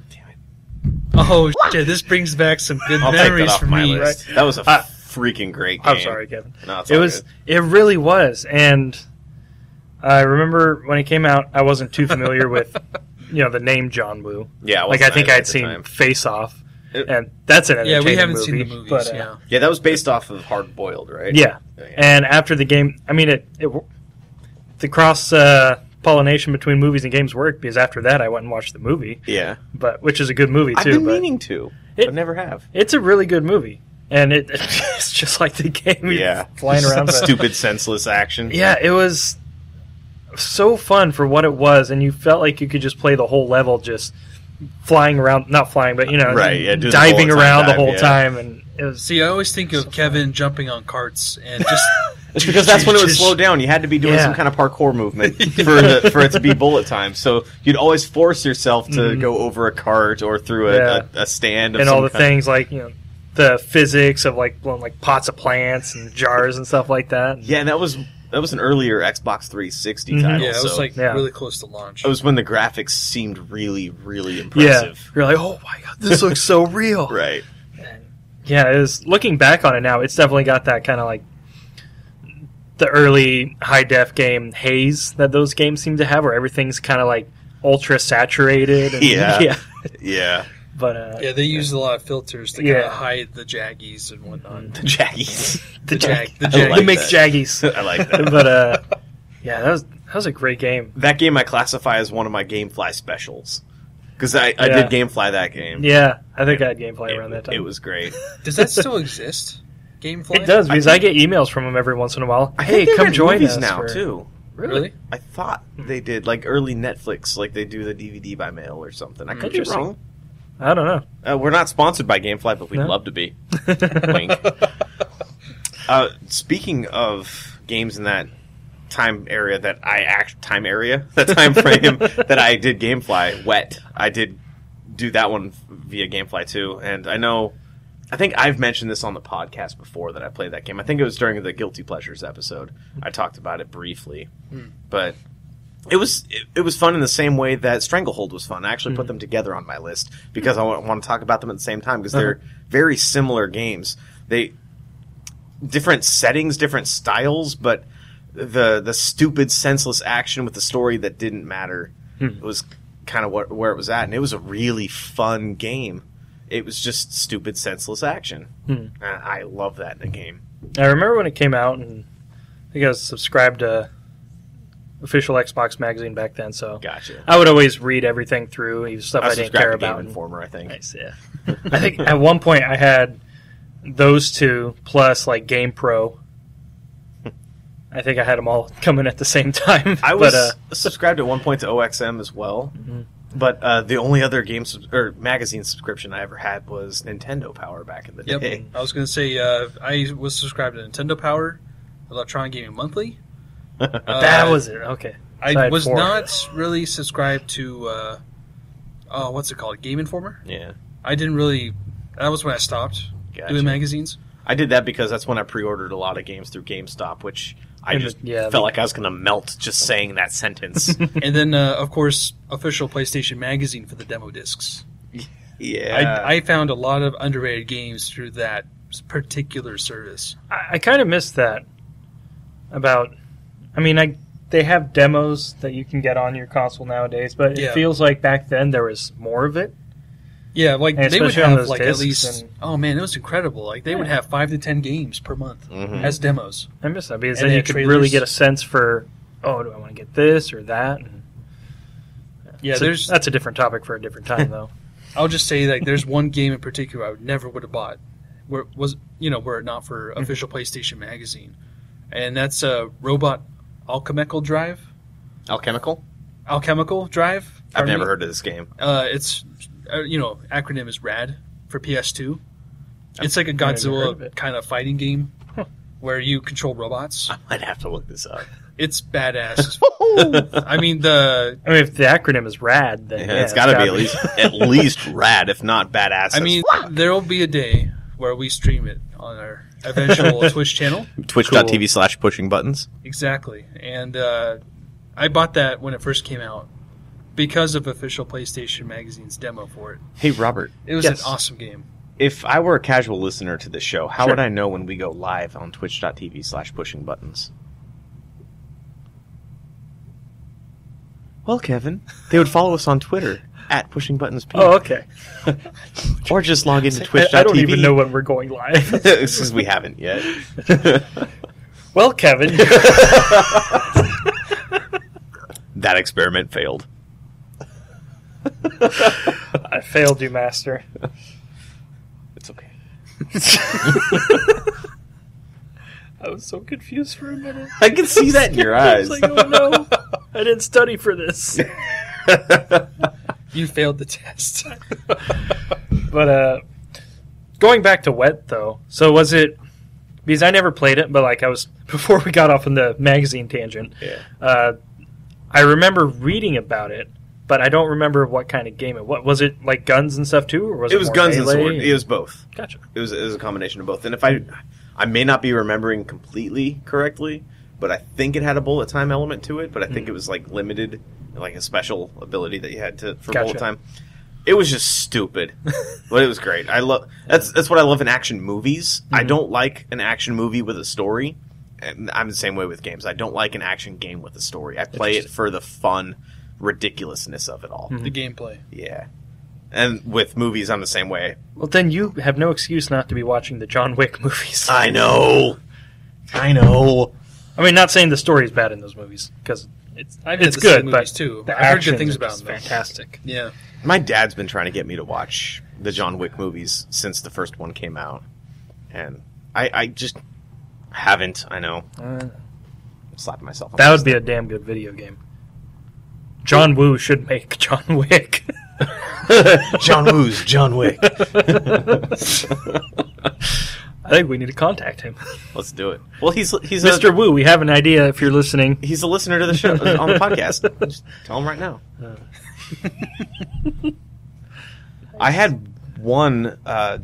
[SPEAKER 2] Oh, shit. This brings back some good
[SPEAKER 1] I'll take that
[SPEAKER 2] memories
[SPEAKER 1] off
[SPEAKER 2] for
[SPEAKER 1] my
[SPEAKER 2] me.
[SPEAKER 1] list. That was a
[SPEAKER 3] Uh,
[SPEAKER 1] freaking great game.
[SPEAKER 3] I'm sorry, Kevin.
[SPEAKER 1] No, it's
[SPEAKER 3] it
[SPEAKER 1] all
[SPEAKER 3] was.
[SPEAKER 1] good.
[SPEAKER 3] It really was, and I remember when it came out. I wasn't too familiar with, you know, the name John Woo.
[SPEAKER 1] Yeah, I
[SPEAKER 3] Like
[SPEAKER 1] wasn't
[SPEAKER 3] I think
[SPEAKER 1] either
[SPEAKER 3] I'd
[SPEAKER 1] at the
[SPEAKER 3] seen
[SPEAKER 1] time.
[SPEAKER 3] Face Off,
[SPEAKER 1] It-
[SPEAKER 3] and that's an
[SPEAKER 2] Yeah,
[SPEAKER 3] entertaining
[SPEAKER 2] we haven't
[SPEAKER 3] movie,
[SPEAKER 2] seen the movies.
[SPEAKER 3] but, uh,
[SPEAKER 2] yeah.
[SPEAKER 1] Yeah, that was based off of Hard Boiled, right?
[SPEAKER 3] yeah.
[SPEAKER 1] yeah.
[SPEAKER 3] And after the game, I mean, it, it the cross uh, pollination between movies and games worked because after that, I went and watched the movie,
[SPEAKER 1] Yeah.
[SPEAKER 3] but which is a good movie
[SPEAKER 1] I've
[SPEAKER 3] too.
[SPEAKER 1] been
[SPEAKER 3] but
[SPEAKER 1] meaning to,
[SPEAKER 3] It-
[SPEAKER 1] but never have.
[SPEAKER 3] It's a really good movie, and it, it's just like the game.
[SPEAKER 1] Yeah.
[SPEAKER 3] flying around. but-
[SPEAKER 1] Stupid, senseless action.
[SPEAKER 3] Yeah, it was so fun for what it was, and you felt like you could just play the whole level, just flying around, not flying, but you know,
[SPEAKER 1] Right, yeah, do the
[SPEAKER 3] diving
[SPEAKER 1] whole time
[SPEAKER 3] around the
[SPEAKER 1] dive,
[SPEAKER 3] whole
[SPEAKER 1] yeah.
[SPEAKER 3] time, and it was
[SPEAKER 2] See, I always think of Kevin jumping on carts and just
[SPEAKER 1] It's because that's when it would slow down. You had to be doing
[SPEAKER 3] Yeah.
[SPEAKER 1] some kind of parkour movement for the, for it to be bullet time. So you'd always force yourself to
[SPEAKER 3] Mhm.
[SPEAKER 1] go over a cart or through a,
[SPEAKER 3] Yeah.
[SPEAKER 1] a, a stand of
[SPEAKER 3] and
[SPEAKER 1] some
[SPEAKER 3] all the
[SPEAKER 1] kind.
[SPEAKER 3] things like you know the physics of like blowing like pots of plants and jars and stuff like that.
[SPEAKER 1] Yeah, and that was that was an earlier Xbox 360
[SPEAKER 3] Mhm.
[SPEAKER 1] title.
[SPEAKER 2] yeah, it was
[SPEAKER 1] so
[SPEAKER 2] like
[SPEAKER 3] Yeah.
[SPEAKER 2] really close to launch.
[SPEAKER 1] it was when the graphics seemed really, really impressive.
[SPEAKER 3] Yeah, you're like, oh my god, this looks so real.
[SPEAKER 1] Right.
[SPEAKER 3] Yeah, it was looking back on it now. It's definitely got that kind of like the early high def game haze that those games seem to have, where everything's kind of like ultra saturated. And,
[SPEAKER 1] Yeah. Yeah.
[SPEAKER 3] But uh,
[SPEAKER 2] yeah, they used a lot of filters to kind
[SPEAKER 3] Yeah.
[SPEAKER 2] of hide the jaggies and whatnot.
[SPEAKER 1] The Jackies.
[SPEAKER 3] the jag,
[SPEAKER 2] the
[SPEAKER 3] the,
[SPEAKER 1] Jag-
[SPEAKER 3] jag-
[SPEAKER 1] I like
[SPEAKER 3] the mixed
[SPEAKER 1] that.
[SPEAKER 3] jaggies.
[SPEAKER 1] I like that.
[SPEAKER 3] but uh, yeah, that was that was a great game.
[SPEAKER 1] that game I classify as one of my GameFly specials because I, I
[SPEAKER 3] Yeah.
[SPEAKER 1] did GameFly that game.
[SPEAKER 3] Yeah, I think I had gameplay around that
[SPEAKER 1] It,
[SPEAKER 3] time.
[SPEAKER 1] it was great.
[SPEAKER 2] Does that still exist? Gamefly.
[SPEAKER 3] It does
[SPEAKER 1] I
[SPEAKER 3] because I, get emails from them every once in a while. hey, come join us
[SPEAKER 1] now
[SPEAKER 3] for-
[SPEAKER 1] too.
[SPEAKER 2] Really?
[SPEAKER 1] I thought
[SPEAKER 3] Hmm.
[SPEAKER 1] they did like early Netflix, like they do the DVD by mail or something. I could be
[SPEAKER 3] Hmm. Interesting.
[SPEAKER 1] wrong.
[SPEAKER 3] I don't know.
[SPEAKER 1] Uh, we're not sponsored by GameFly, but we'd
[SPEAKER 3] No?
[SPEAKER 1] love to be. Wink. Uh, speaking of games in that time area that I act time area that time frame that I did GameFly wet. I did do that one via GameFly too, and I know. I think I've mentioned this on the podcast before that I played that game. I think it was during the Guilty Pleasures episode. I talked about it briefly, but it was it, it was fun in the same way that Stranglehold was fun. I actually put them together on my list because I want to talk about them at the same time because they're very similar games. They different settings, different styles, but the the stupid, senseless action with the story that didn't matter was kind of what, where it was at, and it was a really fun game. It was just stupid, senseless action.
[SPEAKER 3] Hmm.
[SPEAKER 1] And I love that in a game.
[SPEAKER 3] I remember when it came out, and I think I was subscribed to official Xbox magazine back then, so
[SPEAKER 1] Gotcha.
[SPEAKER 3] I would always read everything through, even stuff I,
[SPEAKER 1] was
[SPEAKER 3] didn't
[SPEAKER 1] subscribed
[SPEAKER 3] care
[SPEAKER 1] to Game
[SPEAKER 3] about. and-
[SPEAKER 1] Informer, I think.
[SPEAKER 3] Nice, yeah. I think at one point I had those two plus like Game Pro. I think I had them all coming at the same time.
[SPEAKER 1] I was
[SPEAKER 3] But, uh,
[SPEAKER 1] subscribed at one point to OXM as well,
[SPEAKER 3] Mhm.
[SPEAKER 1] but uh, the only other game sub- or magazine subscription I ever had was Nintendo Power back in the
[SPEAKER 2] Yep.
[SPEAKER 1] day.
[SPEAKER 2] I was gonna say uh, I was subscribed to Nintendo Power, Electronic Gaming Monthly. Uh,
[SPEAKER 3] that was it. Okay. I
[SPEAKER 2] I
[SPEAKER 3] had
[SPEAKER 2] was
[SPEAKER 3] four.
[SPEAKER 2] not really subscribed to. Uh, oh, what's it called? Game Informer.
[SPEAKER 1] yeah,
[SPEAKER 2] I didn't really. That was when I stopped
[SPEAKER 1] gotcha.
[SPEAKER 2] doing magazines.
[SPEAKER 1] I did that because that's when I pre-ordered a lot of games through GameStop, which I
[SPEAKER 3] And
[SPEAKER 1] just
[SPEAKER 3] the- yeah,
[SPEAKER 1] felt
[SPEAKER 3] the-
[SPEAKER 1] like I was going to melt just saying that sentence.
[SPEAKER 2] and then uh, of course official PlayStation magazine for the demo discs.
[SPEAKER 1] yeah,
[SPEAKER 2] I, I found a lot of underrated games through that particular service.
[SPEAKER 3] I, I kind of missed that about. I mean, I they have demos that you can get on your console nowadays, but
[SPEAKER 2] Yeah.
[SPEAKER 3] it feels like back then there was more of it.
[SPEAKER 2] Yeah, like
[SPEAKER 3] And
[SPEAKER 2] they would
[SPEAKER 3] especially on
[SPEAKER 2] have
[SPEAKER 3] those
[SPEAKER 2] like at
[SPEAKER 3] discs
[SPEAKER 2] least.
[SPEAKER 3] and-
[SPEAKER 2] Oh man, it was incredible. Like they would have five to ten games per month
[SPEAKER 1] Mhm.
[SPEAKER 3] Mm-hmm.
[SPEAKER 2] as demos.
[SPEAKER 3] I miss that because
[SPEAKER 2] And
[SPEAKER 3] then
[SPEAKER 2] they
[SPEAKER 3] you
[SPEAKER 2] had
[SPEAKER 3] could
[SPEAKER 2] trailers.
[SPEAKER 3] really get a sense for, oh, do I want to get this or that? And
[SPEAKER 2] Yeah,
[SPEAKER 3] so
[SPEAKER 2] there's.
[SPEAKER 3] that's a different topic for a different time, though.
[SPEAKER 2] I'll just say like there's one game in particular I would never would have bought. Where was you know were it not for official PlayStation magazine, and that's a uh, robot alchemical drive.
[SPEAKER 1] Alchemical?
[SPEAKER 2] Alchemical drive.
[SPEAKER 1] I've
[SPEAKER 2] pardon
[SPEAKER 1] never
[SPEAKER 2] me.
[SPEAKER 1] heard of this game.
[SPEAKER 2] Uh, it's uh, you know acronym is RAD for PS2. It's like a
[SPEAKER 3] never heard of
[SPEAKER 2] Godzilla
[SPEAKER 3] it.
[SPEAKER 2] kind of fighting game where you control robots.
[SPEAKER 1] I might have to look this up.
[SPEAKER 2] It's badass. I mean the
[SPEAKER 3] I mean, if the acronym is RAD, then
[SPEAKER 1] Yeah,
[SPEAKER 3] yeah,
[SPEAKER 1] it's got to be at least at least rad, if not badass.
[SPEAKER 2] I mean there'll be a day where we stream it on our eventual Twitch channel.
[SPEAKER 1] Twitch.tv slash pushing buttons.
[SPEAKER 2] Exactly. And uh, I bought that when it first came out because of official PlayStation Magazine's demo for it.
[SPEAKER 1] Hey Robert,
[SPEAKER 2] It was
[SPEAKER 3] Yes.
[SPEAKER 2] an awesome game.
[SPEAKER 1] if I were a casual listener to this show, how
[SPEAKER 3] Sure.
[SPEAKER 1] would I know when we go live on Twitch.tv slash pushing buttons? Well, Kevin, they would follow us on Twitter at pushing buttons p,
[SPEAKER 3] Oh, okay.
[SPEAKER 1] or just log into
[SPEAKER 3] I,
[SPEAKER 1] Twitch.tv.
[SPEAKER 3] I don't even know when we're going live.
[SPEAKER 1] because we haven't yet.
[SPEAKER 3] well, Kevin,
[SPEAKER 1] that experiment failed.
[SPEAKER 3] I failed you, master.
[SPEAKER 1] It's okay.
[SPEAKER 3] I was so confused for a minute.
[SPEAKER 1] I can see that in your eyes.
[SPEAKER 3] I was like, oh no, I didn't study for this.
[SPEAKER 2] You failed the test.
[SPEAKER 3] But uh, going back to Wet though, so was it? Because I never played it, but like I was before we got off on the magazine tangent.
[SPEAKER 1] Yeah.
[SPEAKER 3] Uh, I remember reading about it, but I don't remember what kind of game it. What was it like guns and stuff too, or was it,
[SPEAKER 1] It was
[SPEAKER 3] more
[SPEAKER 1] guns and
[SPEAKER 3] melee?
[SPEAKER 1] sword. It was both.
[SPEAKER 3] gotcha.
[SPEAKER 1] It was it was a combination of both. And if I I may not be remembering completely correctly, but I think it had a bullet time element to it. But I think
[SPEAKER 3] Hmm.
[SPEAKER 1] it was like limited, like a special ability that you had to for
[SPEAKER 3] Gotcha.
[SPEAKER 1] bullet time. It was just stupid, but it was great. I love that's that's what I love in action movies.
[SPEAKER 3] Mm-hmm.
[SPEAKER 1] I don't like an action movie with a story. And I'm the same way with games. I don't like an action game with a story. I play it
[SPEAKER 3] Interesting. Hmm.
[SPEAKER 1] for the fun ridiculousness of it all.
[SPEAKER 2] the gameplay.
[SPEAKER 1] Yeah. And with movies, I'm the same way.
[SPEAKER 3] Well, then you have no excuse not to be watching the John Wick movies.
[SPEAKER 1] I know. I know.
[SPEAKER 3] I mean, not saying the story is bad in those movies because it's
[SPEAKER 2] I've had
[SPEAKER 3] it's
[SPEAKER 2] the same
[SPEAKER 3] good, but
[SPEAKER 2] movies, too.
[SPEAKER 3] the
[SPEAKER 2] I've heard good
[SPEAKER 3] action
[SPEAKER 2] things
[SPEAKER 3] is
[SPEAKER 2] about
[SPEAKER 3] just
[SPEAKER 2] them, though.
[SPEAKER 3] Fantastic.
[SPEAKER 2] Yeah.
[SPEAKER 1] My dad's been trying to get me to watch the John Wick movies since the first one came out. And I, I just haven't. I know.
[SPEAKER 3] Uh,
[SPEAKER 1] Slapped myself. on
[SPEAKER 3] That
[SPEAKER 1] the-
[SPEAKER 3] would be a damn good video game. John Woo should make John Wick.
[SPEAKER 1] John Woo's John Wick.
[SPEAKER 3] I think we need to contact him.
[SPEAKER 1] Let's do it. Well, he's he's
[SPEAKER 3] Mr.
[SPEAKER 1] A,
[SPEAKER 3] Woo, we have an idea if you're listening.
[SPEAKER 1] he's a listener to the show on the podcast. Just tell him right now. I had one uh,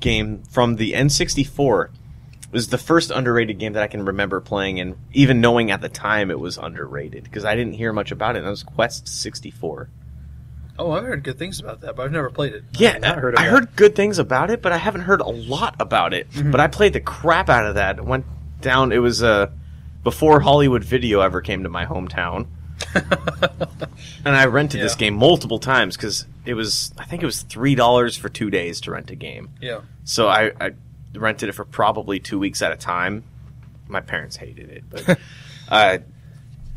[SPEAKER 1] game from the N64. It was the first underrated game that I can remember playing, and even knowing at the time it was underrated because I didn't hear much about it. And that was Quest 64.
[SPEAKER 2] Oh, I've heard good things about that, but I've never played it.
[SPEAKER 1] Yeah,
[SPEAKER 3] not heard of
[SPEAKER 1] I
[SPEAKER 3] that. Mm-hmm.
[SPEAKER 1] heard good things about it, but I haven't heard a lot about it. But I played the crap out of that. It went down. It was uh, before Hollywood Video ever came to my hometown, and I rented this
[SPEAKER 2] Yeah.
[SPEAKER 1] game multiple times because it was. I think it was three dollars for two days to rent a game.
[SPEAKER 2] yeah.
[SPEAKER 1] So I, I rented it for probably two weeks at a time. My parents hated it, but uh,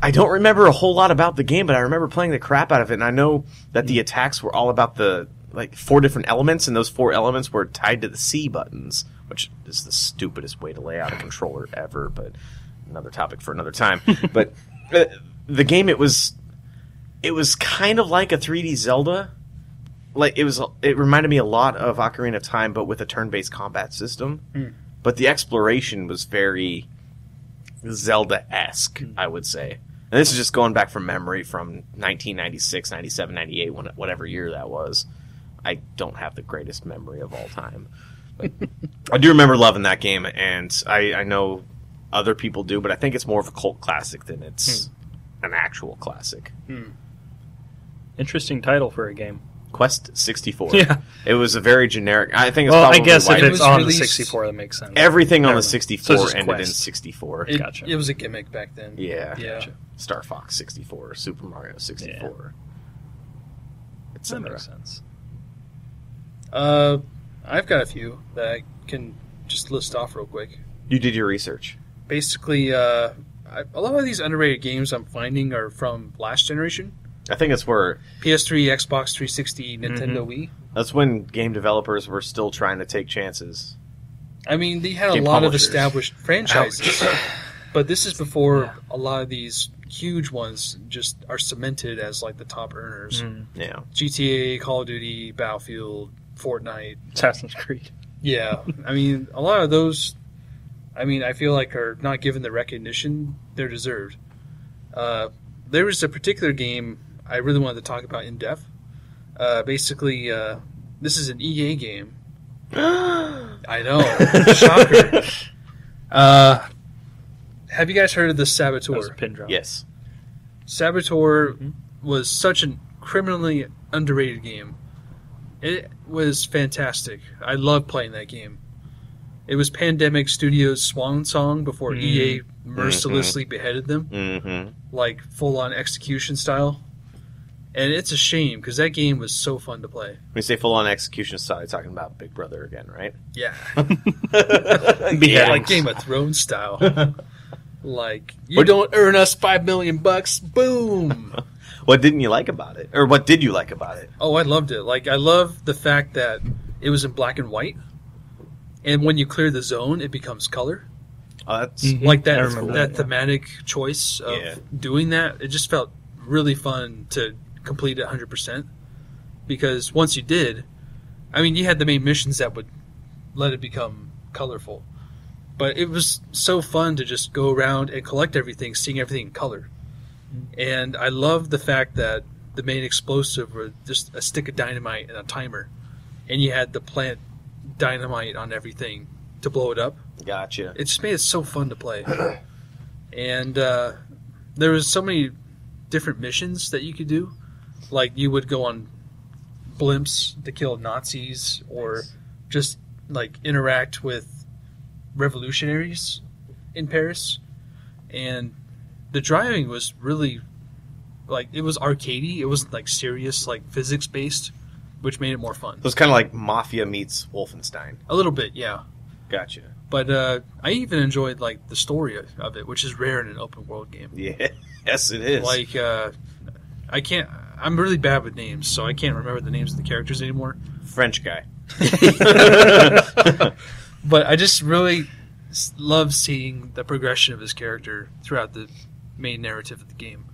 [SPEAKER 1] I don't remember a whole lot about the game. But I remember playing the crap out of it, and I know that the attacks were all about the like four different elements, and those four elements were tied to the C buttons, which is the stupidest way to lay out a controller ever. But another topic for another time. but uh, the game, it was it was kind of like a 3D Zelda. Like it was, it reminded me a lot of Ocarina of Time, but with a turn-based combat system. But the exploration was very Zelda-esque, I would say. And this is just going back from memory from 1996, 97, 98, when, whatever year that was. I don't have the greatest memory of all time. But I do remember loving that game, and I, I know other people do, but I think it's more of a cult classic than it's an actual classic.
[SPEAKER 3] Interesting title for a game.
[SPEAKER 1] Quest 64.
[SPEAKER 3] Yeah.
[SPEAKER 1] It was a very generic. I think it's
[SPEAKER 3] Well, I
[SPEAKER 1] probably
[SPEAKER 3] guess
[SPEAKER 1] why
[SPEAKER 3] if
[SPEAKER 2] it
[SPEAKER 3] it's
[SPEAKER 2] was
[SPEAKER 3] on the
[SPEAKER 2] released-
[SPEAKER 3] 64, that makes sense.
[SPEAKER 1] everything on
[SPEAKER 3] Never
[SPEAKER 1] the
[SPEAKER 3] mind.
[SPEAKER 1] 64
[SPEAKER 3] So it's just
[SPEAKER 1] ended in
[SPEAKER 3] Quest.
[SPEAKER 1] 64.
[SPEAKER 2] It,
[SPEAKER 3] Gotcha.
[SPEAKER 2] it was a gimmick back then.
[SPEAKER 1] yeah.
[SPEAKER 2] Yeah.
[SPEAKER 3] Gotcha.
[SPEAKER 1] Star Fox 64, Super Mario 64.
[SPEAKER 3] That
[SPEAKER 1] etc.
[SPEAKER 3] makes sense.
[SPEAKER 2] Uh, I've got a few that I can just list off real quick.
[SPEAKER 1] You did your research.
[SPEAKER 2] Basically, uh, I, a lot of these underrated games I'm finding are from last generation
[SPEAKER 1] I think that's where
[SPEAKER 2] PS3, Xbox 360, Nintendo
[SPEAKER 1] Mm-hmm.
[SPEAKER 2] Wii.
[SPEAKER 1] that's when game developers were still trying to take chances.
[SPEAKER 2] I mean, they had a
[SPEAKER 1] Game
[SPEAKER 2] lot
[SPEAKER 1] publishers.
[SPEAKER 2] of established franchises, but this is before a lot of these huge ones just are cemented as like the top earners.
[SPEAKER 3] Mm.
[SPEAKER 1] Yeah,
[SPEAKER 2] GTA, Call of Duty, Battlefield, Fortnite.
[SPEAKER 3] Assassin's Creed.
[SPEAKER 2] Yeah, I mean, a lot of those, I mean, I feel like are not given the recognition they're deserved. Uh, there was a particular game I really wanted to talk about in depth. Uh, basically, uh, this is an EA game. I know, shocker. Uh, have you guys heard of the
[SPEAKER 3] That was a
[SPEAKER 2] Saboteur?
[SPEAKER 3] pin drop.
[SPEAKER 1] yes.
[SPEAKER 2] Saboteur
[SPEAKER 3] Mhm.
[SPEAKER 2] was such a criminally underrated game. It was fantastic. I loved playing that game. It was Pandemic Studios' swan song before
[SPEAKER 3] Mm.
[SPEAKER 2] EA mercilessly beheaded them,
[SPEAKER 1] Mm-hmm.
[SPEAKER 2] like full on execution style. And it's a shame because that game was so fun to play.
[SPEAKER 1] When you say full on execution style, you're talking about Big Brother again, right?
[SPEAKER 2] Yeah,
[SPEAKER 3] Yeah.
[SPEAKER 2] like Game of Thrones style. Like you
[SPEAKER 1] What-
[SPEAKER 2] don't earn us five million bucks, boom.
[SPEAKER 1] What didn't you like about it, or what did you like about it?
[SPEAKER 2] Oh, I loved it. Like I love the fact that it was in black and white, and when you clear the zone, it becomes color.
[SPEAKER 1] Oh, that's
[SPEAKER 3] Mhm.
[SPEAKER 2] Like
[SPEAKER 3] I
[SPEAKER 2] that that
[SPEAKER 3] remember that, yeah.
[SPEAKER 2] thematic choice of
[SPEAKER 1] Yeah.
[SPEAKER 2] doing that, it just felt really fun to complete it 100% because once you did, I mean, you had the main missions that would let it become colorful. But it was so fun to just go around and collect everything, seeing everything in color.
[SPEAKER 3] Mm-hmm.
[SPEAKER 2] And I love the fact that the main explosive was just a stick of dynamite and a timer. And you had to plant dynamite on everything to blow it up.
[SPEAKER 1] gotcha.
[SPEAKER 2] It just made it so fun to play. and uh, there was so many different missions that you could do. Like you would go on blimps to kill Nazis or just like interact with revolutionaries in Paris. And the driving was really like it was arcadey. It wasn't like serious, like physics based, which made it more fun.
[SPEAKER 1] So it's kind of like Mafia meets Wolfenstein.
[SPEAKER 2] A little bit, yeah.
[SPEAKER 1] Gotcha.
[SPEAKER 2] But uh, I even enjoyed like the story of it, which is rare in an open world game.
[SPEAKER 1] Yeah. Yes, it is.
[SPEAKER 2] Like uh, I can't. I'm really bad with names, so I can't remember the names of the characters anymore.
[SPEAKER 1] French guy.
[SPEAKER 2] But I just really s- love seeing the progression of his character throughout the main narrative of the game,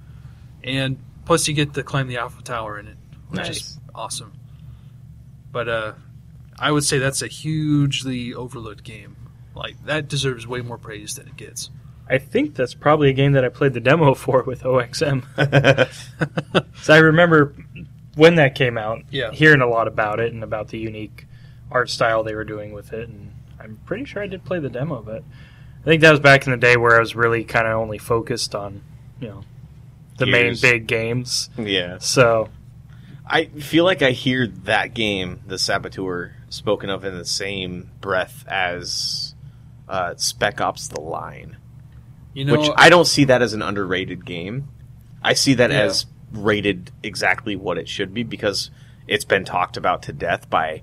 [SPEAKER 2] and plus you get to climb the Alpha Tower in it, which
[SPEAKER 1] Nice.
[SPEAKER 2] is awesome. But uh, I would say that's a hugely overlooked game. Like that deserves way more praise than it gets.
[SPEAKER 3] I think that's probably a game that I played the demo for with OXM. So I remember when that came out,
[SPEAKER 2] Yeah.
[SPEAKER 3] hearing a lot about it and about the unique art style they were doing with it, and I'm pretty sure I did play the demo, but I think that was back in the day where I was really kind of only focused on, you know, the
[SPEAKER 1] Gears.
[SPEAKER 3] main big games.
[SPEAKER 1] yeah.
[SPEAKER 3] So
[SPEAKER 1] I feel like I hear that game, The Saboteur, spoken of in the same breath as uh, Spec Ops: The Line,
[SPEAKER 2] You know,
[SPEAKER 1] which I don't see that as an underrated game. I see that
[SPEAKER 2] Yeah.
[SPEAKER 1] as rated exactly what it should be because it's been talked about to death by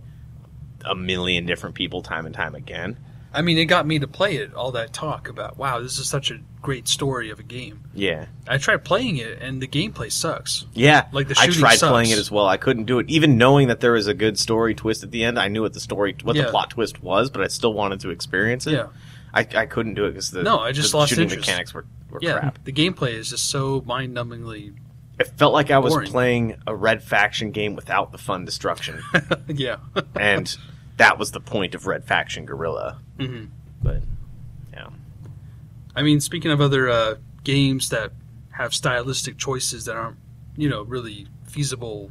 [SPEAKER 1] a million different people time and time again.
[SPEAKER 2] I mean, it got me to play it. All that talk about wow, this is such a great story of a game.
[SPEAKER 1] Yeah,
[SPEAKER 2] I tried playing it, and the gameplay sucks.
[SPEAKER 1] yeah.
[SPEAKER 2] Like the
[SPEAKER 1] I
[SPEAKER 2] shooting
[SPEAKER 1] tried
[SPEAKER 2] sucks.
[SPEAKER 1] playing it as well. I couldn't do it, even knowing that there was a good story twist at the end. I knew what the story, what
[SPEAKER 2] Yeah.
[SPEAKER 1] the plot twist was, but I still wanted to experience it.
[SPEAKER 2] Yeah,
[SPEAKER 1] I, I couldn't do it because the
[SPEAKER 2] No, I just
[SPEAKER 1] the
[SPEAKER 2] lost
[SPEAKER 1] shooting
[SPEAKER 2] interest.
[SPEAKER 1] mechanics were, were
[SPEAKER 2] yeah.
[SPEAKER 1] crap.
[SPEAKER 2] The gameplay is just so mind-numbingly.
[SPEAKER 1] It felt like I was
[SPEAKER 2] Boring.
[SPEAKER 1] playing a red faction game without the fun destruction,
[SPEAKER 2] yeah.
[SPEAKER 1] and that was the point of red faction guerrilla.
[SPEAKER 2] Mhm.
[SPEAKER 1] But
[SPEAKER 2] I mean, speaking of other uh, games that have stylistic choices that aren't, you know, really feasible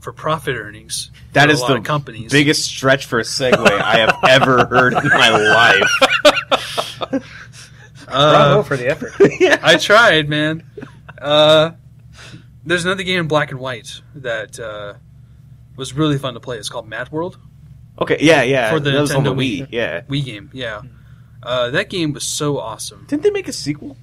[SPEAKER 2] for profit earnings.
[SPEAKER 1] that
[SPEAKER 2] for
[SPEAKER 1] is
[SPEAKER 2] a lot
[SPEAKER 1] the
[SPEAKER 2] of companies.
[SPEAKER 1] biggest stretch for a segue I have ever heard in my life.
[SPEAKER 2] Uh,
[SPEAKER 3] for the effort.
[SPEAKER 1] yeah.
[SPEAKER 2] I tried, man. Uh, there's another game in black and white that uh, was really fun to play. It's called Mad World.
[SPEAKER 1] Okay, yeah, yeah.
[SPEAKER 2] For the
[SPEAKER 1] that was on the
[SPEAKER 2] Nintendo
[SPEAKER 1] Wii.
[SPEAKER 2] Wii.
[SPEAKER 1] Yeah.
[SPEAKER 2] Wii game, yeah.
[SPEAKER 1] Hmm.
[SPEAKER 2] Uh, that game was so awesome.
[SPEAKER 1] Didn't they make a sequel?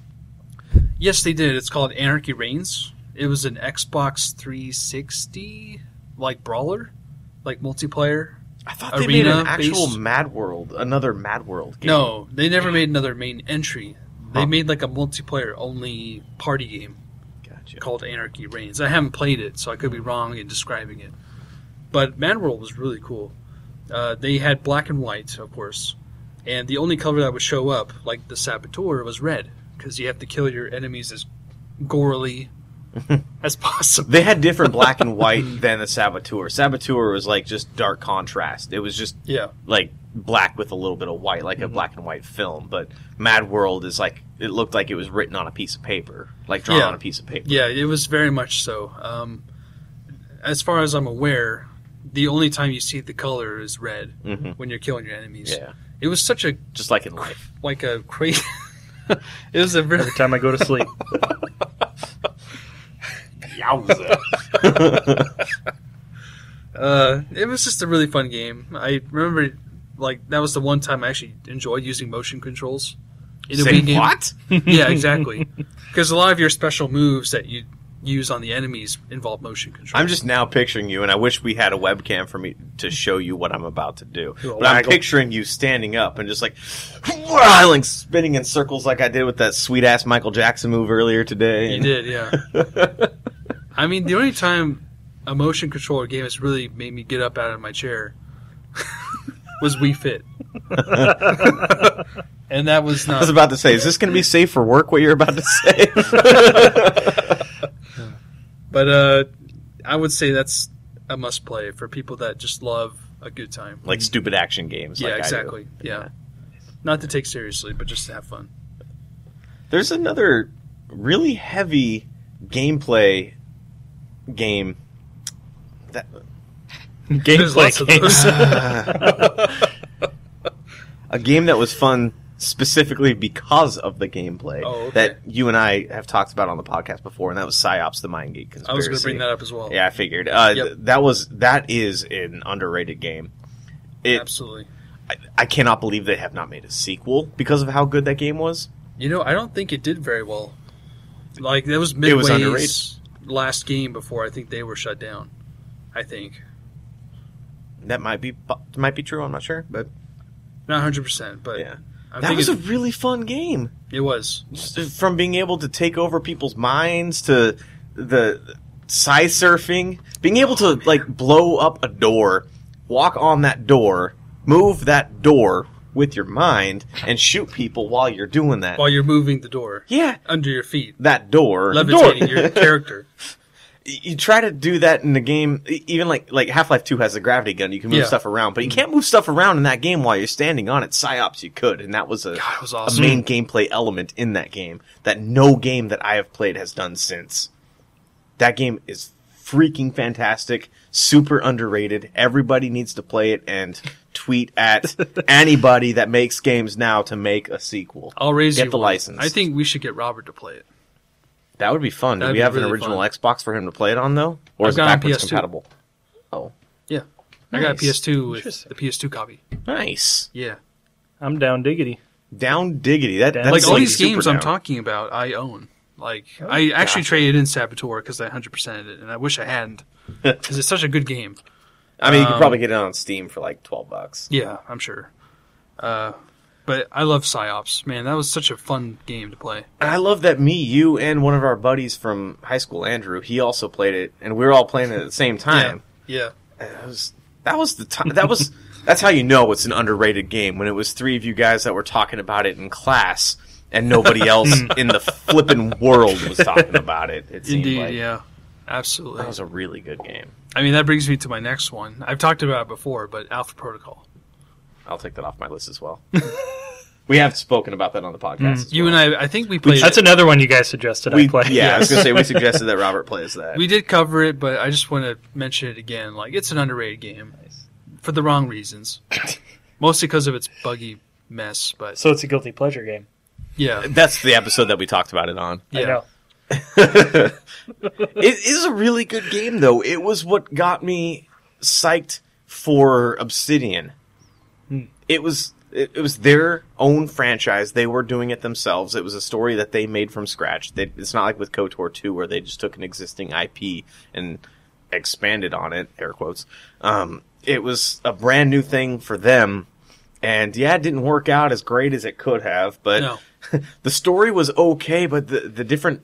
[SPEAKER 2] Yes, they did. It's called Anarchy Reigns. It was an Xbox 360 like brawler, like multiplayer
[SPEAKER 1] I thought they made an
[SPEAKER 2] Arena
[SPEAKER 1] actual
[SPEAKER 2] based-
[SPEAKER 1] Mad World, another Mad World game.
[SPEAKER 2] No, they never made another main entry. They
[SPEAKER 1] Huh.
[SPEAKER 2] made like a multiplayer only party game
[SPEAKER 1] Gotcha.
[SPEAKER 2] called Anarchy Reigns. I haven't played it, so I could be wrong in describing it. But Mad World was really cool. Uh, they had black and white, of course, and the only color that would show up, like the Saboteur, was red because you have to kill your enemies as gorily as possible.
[SPEAKER 1] They had different black and white than the Saboteur. Saboteur was like just dark contrast. It was just
[SPEAKER 2] Yeah,
[SPEAKER 1] like black with a little bit of white, like
[SPEAKER 2] Mm-hmm.
[SPEAKER 1] a black and white film. But Mad World is like it looked like it was written on a piece of paper, like drawn
[SPEAKER 2] Yeah.
[SPEAKER 1] on a piece of paper.
[SPEAKER 2] yeah, it was very much so. Um, as far as I'm aware, the only time you see the color is red
[SPEAKER 1] hmm
[SPEAKER 2] when you're killing your enemies.
[SPEAKER 1] Yeah,
[SPEAKER 2] It was such a
[SPEAKER 1] just like in life.
[SPEAKER 2] like a crazy. it was a really
[SPEAKER 3] Every time I go to sleep.
[SPEAKER 1] Yowza.
[SPEAKER 2] Uh, it was just a really fun game. I remember, like that was the one time I actually enjoyed using motion controls in a
[SPEAKER 1] Say
[SPEAKER 2] Wii game.
[SPEAKER 1] what?
[SPEAKER 2] Yeah, exactly. Because a lot of your special moves that you use on the enemies involve motion controls.
[SPEAKER 1] I'm just now picturing you, and I wish we had a webcam for me to show you what I'm about to do.
[SPEAKER 2] Do a
[SPEAKER 1] But I'm
[SPEAKER 2] waggle.
[SPEAKER 1] picturing you standing up and just like, like spinning in circles like I did with that sweet ass Michael Jackson move earlier today.
[SPEAKER 2] you did, yeah. I mean, the only time a motion controller game has really made me get up out of my chair was Wii Fit, and that was
[SPEAKER 1] I was
[SPEAKER 2] not.
[SPEAKER 1] about to say, is this going to be safe for work? What you're about to say?
[SPEAKER 2] But uh, I would say that's a must play for people that just love a good time.
[SPEAKER 1] like stupid action games.
[SPEAKER 2] yeah,
[SPEAKER 1] like I do.
[SPEAKER 2] exactly. Yeah. Not to take seriously, but just to have fun.
[SPEAKER 1] There's another really heavy gameplay game. That
[SPEAKER 2] There's lots
[SPEAKER 3] Gameplay
[SPEAKER 2] of
[SPEAKER 3] games.
[SPEAKER 1] a game that was fun specifically because of the gameplay
[SPEAKER 2] Oh, okay.
[SPEAKER 1] that you and I have talked about on the podcast before, and that was psyops, the Mind Geek conspiracy.
[SPEAKER 2] I was going to bring that up as well.
[SPEAKER 1] Yeah, I figured. Uh,
[SPEAKER 2] Yep.
[SPEAKER 1] th- that was that is an underrated game. It,
[SPEAKER 2] Absolutely.
[SPEAKER 1] I, I cannot believe they have not made a sequel because of how good that game was.
[SPEAKER 2] You know, I don't think it did very well. Like that was Midway's
[SPEAKER 1] was underrated.
[SPEAKER 2] last game before I think they were shut down. I think
[SPEAKER 1] That might be bu- might be true. I'm not sure, but
[SPEAKER 2] not hundred percent, but
[SPEAKER 1] yeah,
[SPEAKER 2] I
[SPEAKER 1] that
[SPEAKER 2] think
[SPEAKER 1] was a
[SPEAKER 2] it,
[SPEAKER 1] really fun game.
[SPEAKER 2] it was.
[SPEAKER 1] Just uh, From being able to take over people's minds to the side surfing, being able
[SPEAKER 2] Oh,
[SPEAKER 1] to like blow up a door, walk on that door, move that door with your mind, and shoot people while you're doing that.
[SPEAKER 2] While you're moving the door
[SPEAKER 1] Yeah,
[SPEAKER 2] under your feet,
[SPEAKER 1] that door. the door.
[SPEAKER 2] levitating your character.
[SPEAKER 1] you try to do that in the game e- even like like half-life 2 has a gravity gun you can move
[SPEAKER 2] Yeah. Mm.
[SPEAKER 1] stuff around but you can't move stuff around in that game while you're standing on it psyops you could and that was a,
[SPEAKER 2] God, it was
[SPEAKER 1] a
[SPEAKER 2] awesome.
[SPEAKER 1] main gameplay element in that game that no game that i have played has done since that game is freaking fantastic super underrated everybody needs to play it and tweet at anybody that makes games now to make a sequel
[SPEAKER 2] I'll raise
[SPEAKER 1] Get
[SPEAKER 2] you
[SPEAKER 1] the
[SPEAKER 2] one.
[SPEAKER 1] license.
[SPEAKER 2] I think we should get Robert to play it.
[SPEAKER 1] that would be fun do
[SPEAKER 2] That'd
[SPEAKER 1] we
[SPEAKER 2] be
[SPEAKER 1] have an
[SPEAKER 2] really
[SPEAKER 1] original
[SPEAKER 2] fun.
[SPEAKER 1] xbox for him to play it on though or
[SPEAKER 2] I've
[SPEAKER 1] is it
[SPEAKER 2] got it on
[SPEAKER 1] backwards
[SPEAKER 2] PS2.
[SPEAKER 1] compatible oh
[SPEAKER 2] Yeah, I got a
[SPEAKER 1] Nice.
[SPEAKER 2] PS2 with
[SPEAKER 3] Interesting.
[SPEAKER 2] the PS2 copy.
[SPEAKER 1] Nice.
[SPEAKER 2] Yeah,
[SPEAKER 3] I'm down diggity.
[SPEAKER 1] Down diggity. That
[SPEAKER 3] Down
[SPEAKER 1] that's
[SPEAKER 2] like
[SPEAKER 3] It's
[SPEAKER 2] all
[SPEAKER 3] like
[SPEAKER 2] these
[SPEAKER 1] super
[SPEAKER 2] games
[SPEAKER 1] down.
[SPEAKER 2] I'm talking about, I own. Like I actually traded in Saboteur because I 100 percent it, and I wish I hadn't because it's such a good game.
[SPEAKER 1] I mean, you could
[SPEAKER 2] um,
[SPEAKER 1] probably get it on Steam for like twelve bucks.
[SPEAKER 2] Yeah, I'm sure. Uh, but I love psyops, man. That was such a fun game to play.
[SPEAKER 1] And I love that me, you, and one of our buddies from high school, Andrew, he also played it, and we were all playing it at the same time.
[SPEAKER 2] Yeah,
[SPEAKER 1] And That was that was the time. That was that's how you know it's an underrated game when it was three of you guys that were talking about it in class. And nobody else
[SPEAKER 2] Hmm.
[SPEAKER 1] in the flippin' world was talking about it. It seemed
[SPEAKER 2] indeed.
[SPEAKER 1] like
[SPEAKER 2] Yeah, absolutely.
[SPEAKER 1] that was a really good game.
[SPEAKER 2] I mean, that brings me to my next one. I've talked about it before, but Alpha Protocol.
[SPEAKER 1] I'll take that off my list as well. we have spoken about that on the podcast. as
[SPEAKER 2] Hmm. You
[SPEAKER 1] well.
[SPEAKER 2] and I, I think we played.
[SPEAKER 3] That's
[SPEAKER 2] it.
[SPEAKER 3] another one you guys suggested
[SPEAKER 1] we,
[SPEAKER 3] I play.
[SPEAKER 1] Yeah, I was gonna say we suggested that Robert plays that.
[SPEAKER 2] we did cover it, but I just want to mention it again. Like it's an underrated game for the wrong reasons, mostly because of its buggy mess. But
[SPEAKER 3] So it's a guilty pleasure game.
[SPEAKER 2] yeah,
[SPEAKER 1] That's the episode that we talked about it on.
[SPEAKER 3] I
[SPEAKER 2] yeah,
[SPEAKER 3] know.
[SPEAKER 1] it is a really good game, though. It was what got me psyched for Obsidian. It was it, it was their own franchise. They were doing it themselves. It was a story that they made from scratch. They, it's not like with KOTOR two where they just took an existing IP and expanded on it, air quotes. Um, it was a brand new thing for them, and yeah, it didn't work out as great as it could have, but
[SPEAKER 2] No.
[SPEAKER 1] the story was okay, but the the different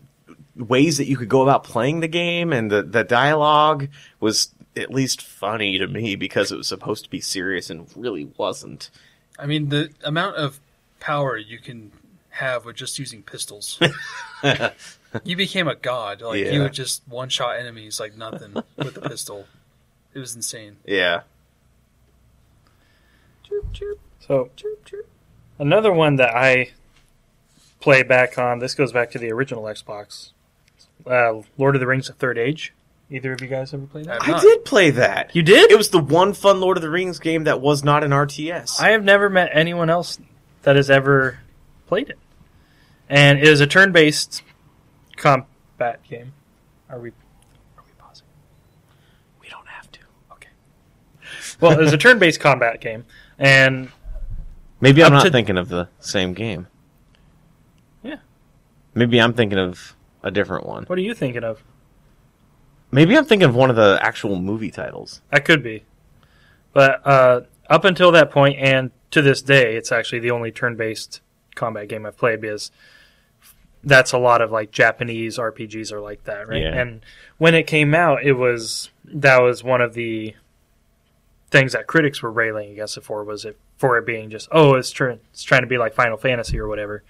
[SPEAKER 1] ways that you could go about playing the game and the the dialogue was at least funny to me because it was supposed to be serious and really wasn't.
[SPEAKER 2] I mean, the amount of power you can have with just using pistols. you became a god. Like
[SPEAKER 1] Yeah.
[SPEAKER 2] you would just one shot enemies like nothing with a pistol. It was insane.
[SPEAKER 1] Yeah.
[SPEAKER 3] So another one that I play back on. This goes back to the original Xbox. Uh, Lord of the Rings: The Third Age. Either of you guys ever played that?
[SPEAKER 2] I've
[SPEAKER 1] I
[SPEAKER 2] not-
[SPEAKER 1] did play that.
[SPEAKER 3] You did?
[SPEAKER 1] It was the one fun Lord of the Rings game that was not an RTS.
[SPEAKER 3] I have never met anyone else that has ever played it. And it is a turn-based combat game. Are we? Are we pausing?
[SPEAKER 1] we don't have to.
[SPEAKER 3] Well, it was a turn-based combat game, and
[SPEAKER 1] Maybe I'm
[SPEAKER 3] Up
[SPEAKER 1] not
[SPEAKER 3] to-
[SPEAKER 1] thinking of the same game.
[SPEAKER 3] Yeah.
[SPEAKER 1] Maybe I'm thinking of a different one.
[SPEAKER 3] what are you thinking of?
[SPEAKER 1] Maybe I'm thinking of one of the actual movie titles.
[SPEAKER 3] I could be. But uh, up until that point and to this day, it's actually the only turn based combat game I've played because that's a lot of like Japanese RPGs are like that, right?
[SPEAKER 1] Yeah.
[SPEAKER 3] And when it came out, it was that was one of the things that critics were railing against it for was it for it being just oh it's tr- it's trying to be like Final Fantasy or whatever,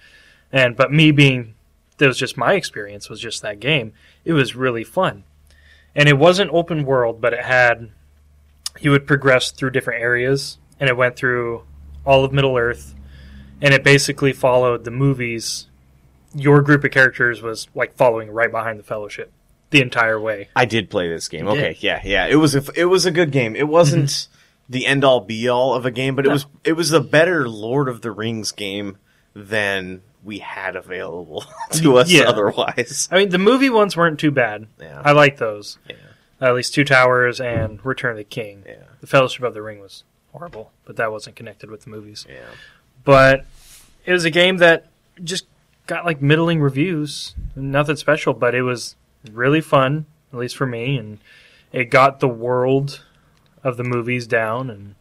[SPEAKER 3] and but me being that was just my experience was just that game. It was really fun, and it wasn't open world, but it had you would progress through different areas, and it went through all of Middle Earth, and it basically followed the movies. Your group of characters was like following right behind the Fellowship the entire way.
[SPEAKER 1] I did play this game.
[SPEAKER 3] You did?
[SPEAKER 1] Okay, yeah, yeah. It was a it was a good game. It wasn't the end all be all of a game, but it
[SPEAKER 3] Mm-hmm. No.
[SPEAKER 1] was it was a better Lord of the Rings game than we had available to us
[SPEAKER 3] Yeah.
[SPEAKER 1] otherwise.
[SPEAKER 3] I mean, the movie ones weren't too bad.
[SPEAKER 1] Yeah.
[SPEAKER 3] I like those.
[SPEAKER 1] Yeah.
[SPEAKER 3] At least Two Towers and Return of the King.
[SPEAKER 1] Yeah.
[SPEAKER 3] The Fellowship of the Ring was horrible, but that wasn't connected with the movies.
[SPEAKER 1] Yeah.
[SPEAKER 3] But it was a game that just got like middling reviews. Nothing special, but it was really fun, at least for me, and it got the world of the movies down and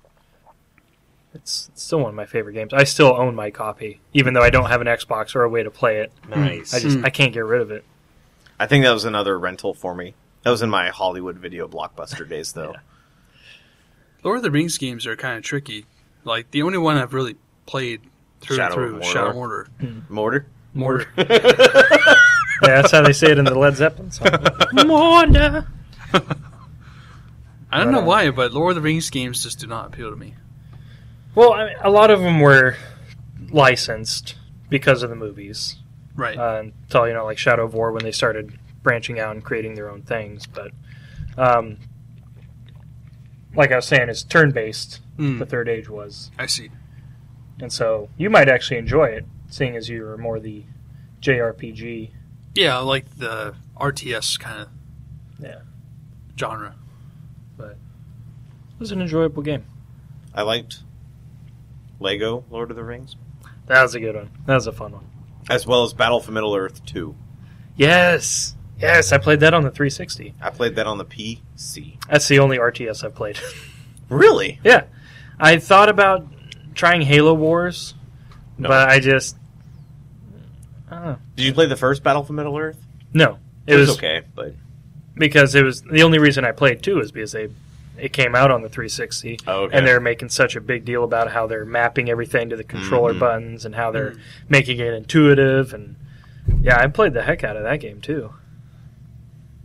[SPEAKER 3] it's it's still one of my favorite games. I still own my copy, even though I don't have an Xbox or a way to play it.
[SPEAKER 1] Nice.
[SPEAKER 3] I just
[SPEAKER 2] Hmm.
[SPEAKER 3] I can't get rid of it.
[SPEAKER 1] I think that was another rental for me. That was in my Hollywood video blockbuster days though.
[SPEAKER 2] Lord of the Rings games are kind of tricky. Like the only one I've really played through
[SPEAKER 1] Shadow
[SPEAKER 2] and
[SPEAKER 1] of
[SPEAKER 2] through
[SPEAKER 1] Mordor.
[SPEAKER 2] Shadow of Mordor.
[SPEAKER 1] Mortar?
[SPEAKER 2] Mordor.
[SPEAKER 3] Yeah, that's how they say it in the Led Zeppelin song. Mordor.
[SPEAKER 2] I don't know
[SPEAKER 3] Right on.
[SPEAKER 2] why, but Lord of the Rings games just do not appeal to me.
[SPEAKER 3] Well, I mean, a lot of them were licensed because of the movies.
[SPEAKER 2] Right.
[SPEAKER 3] Uh, until you know, like Shadow of War, when they started branching out and creating their own things. But, um, like I was saying, it's turn-based.
[SPEAKER 2] Hmm,
[SPEAKER 3] The Third Age was,
[SPEAKER 2] I see.
[SPEAKER 3] and so you might actually enjoy it, seeing as you were more the JRPG.
[SPEAKER 2] Yeah, I like the RTS kind of
[SPEAKER 3] Yeah.
[SPEAKER 2] genre.
[SPEAKER 3] It was an enjoyable game.
[SPEAKER 1] I liked Lego Lord of the Rings
[SPEAKER 3] That was a good one. That was a fun one.
[SPEAKER 1] as well as Battle for Middle-earth 2.
[SPEAKER 3] Yes, yes, I played that on the 360.
[SPEAKER 1] I played that on the PC.
[SPEAKER 3] That's the only RTS I've played.
[SPEAKER 1] Really?
[SPEAKER 3] Yeah, I thought about trying Halo Wars,
[SPEAKER 1] No.
[SPEAKER 3] but I just I don't know.
[SPEAKER 1] Did you play the first Battle for Middle-earth?
[SPEAKER 3] No, it was
[SPEAKER 1] okay, but
[SPEAKER 3] because it was the only reason I played too is because they it came out on the 360,
[SPEAKER 1] Oh, okay.
[SPEAKER 3] and they're making such a big deal about how they're mapping everything to the controller
[SPEAKER 1] Mhm.
[SPEAKER 3] buttons and how they're
[SPEAKER 2] Mm.
[SPEAKER 3] making it intuitive and yeah, I played the heck out of that game too.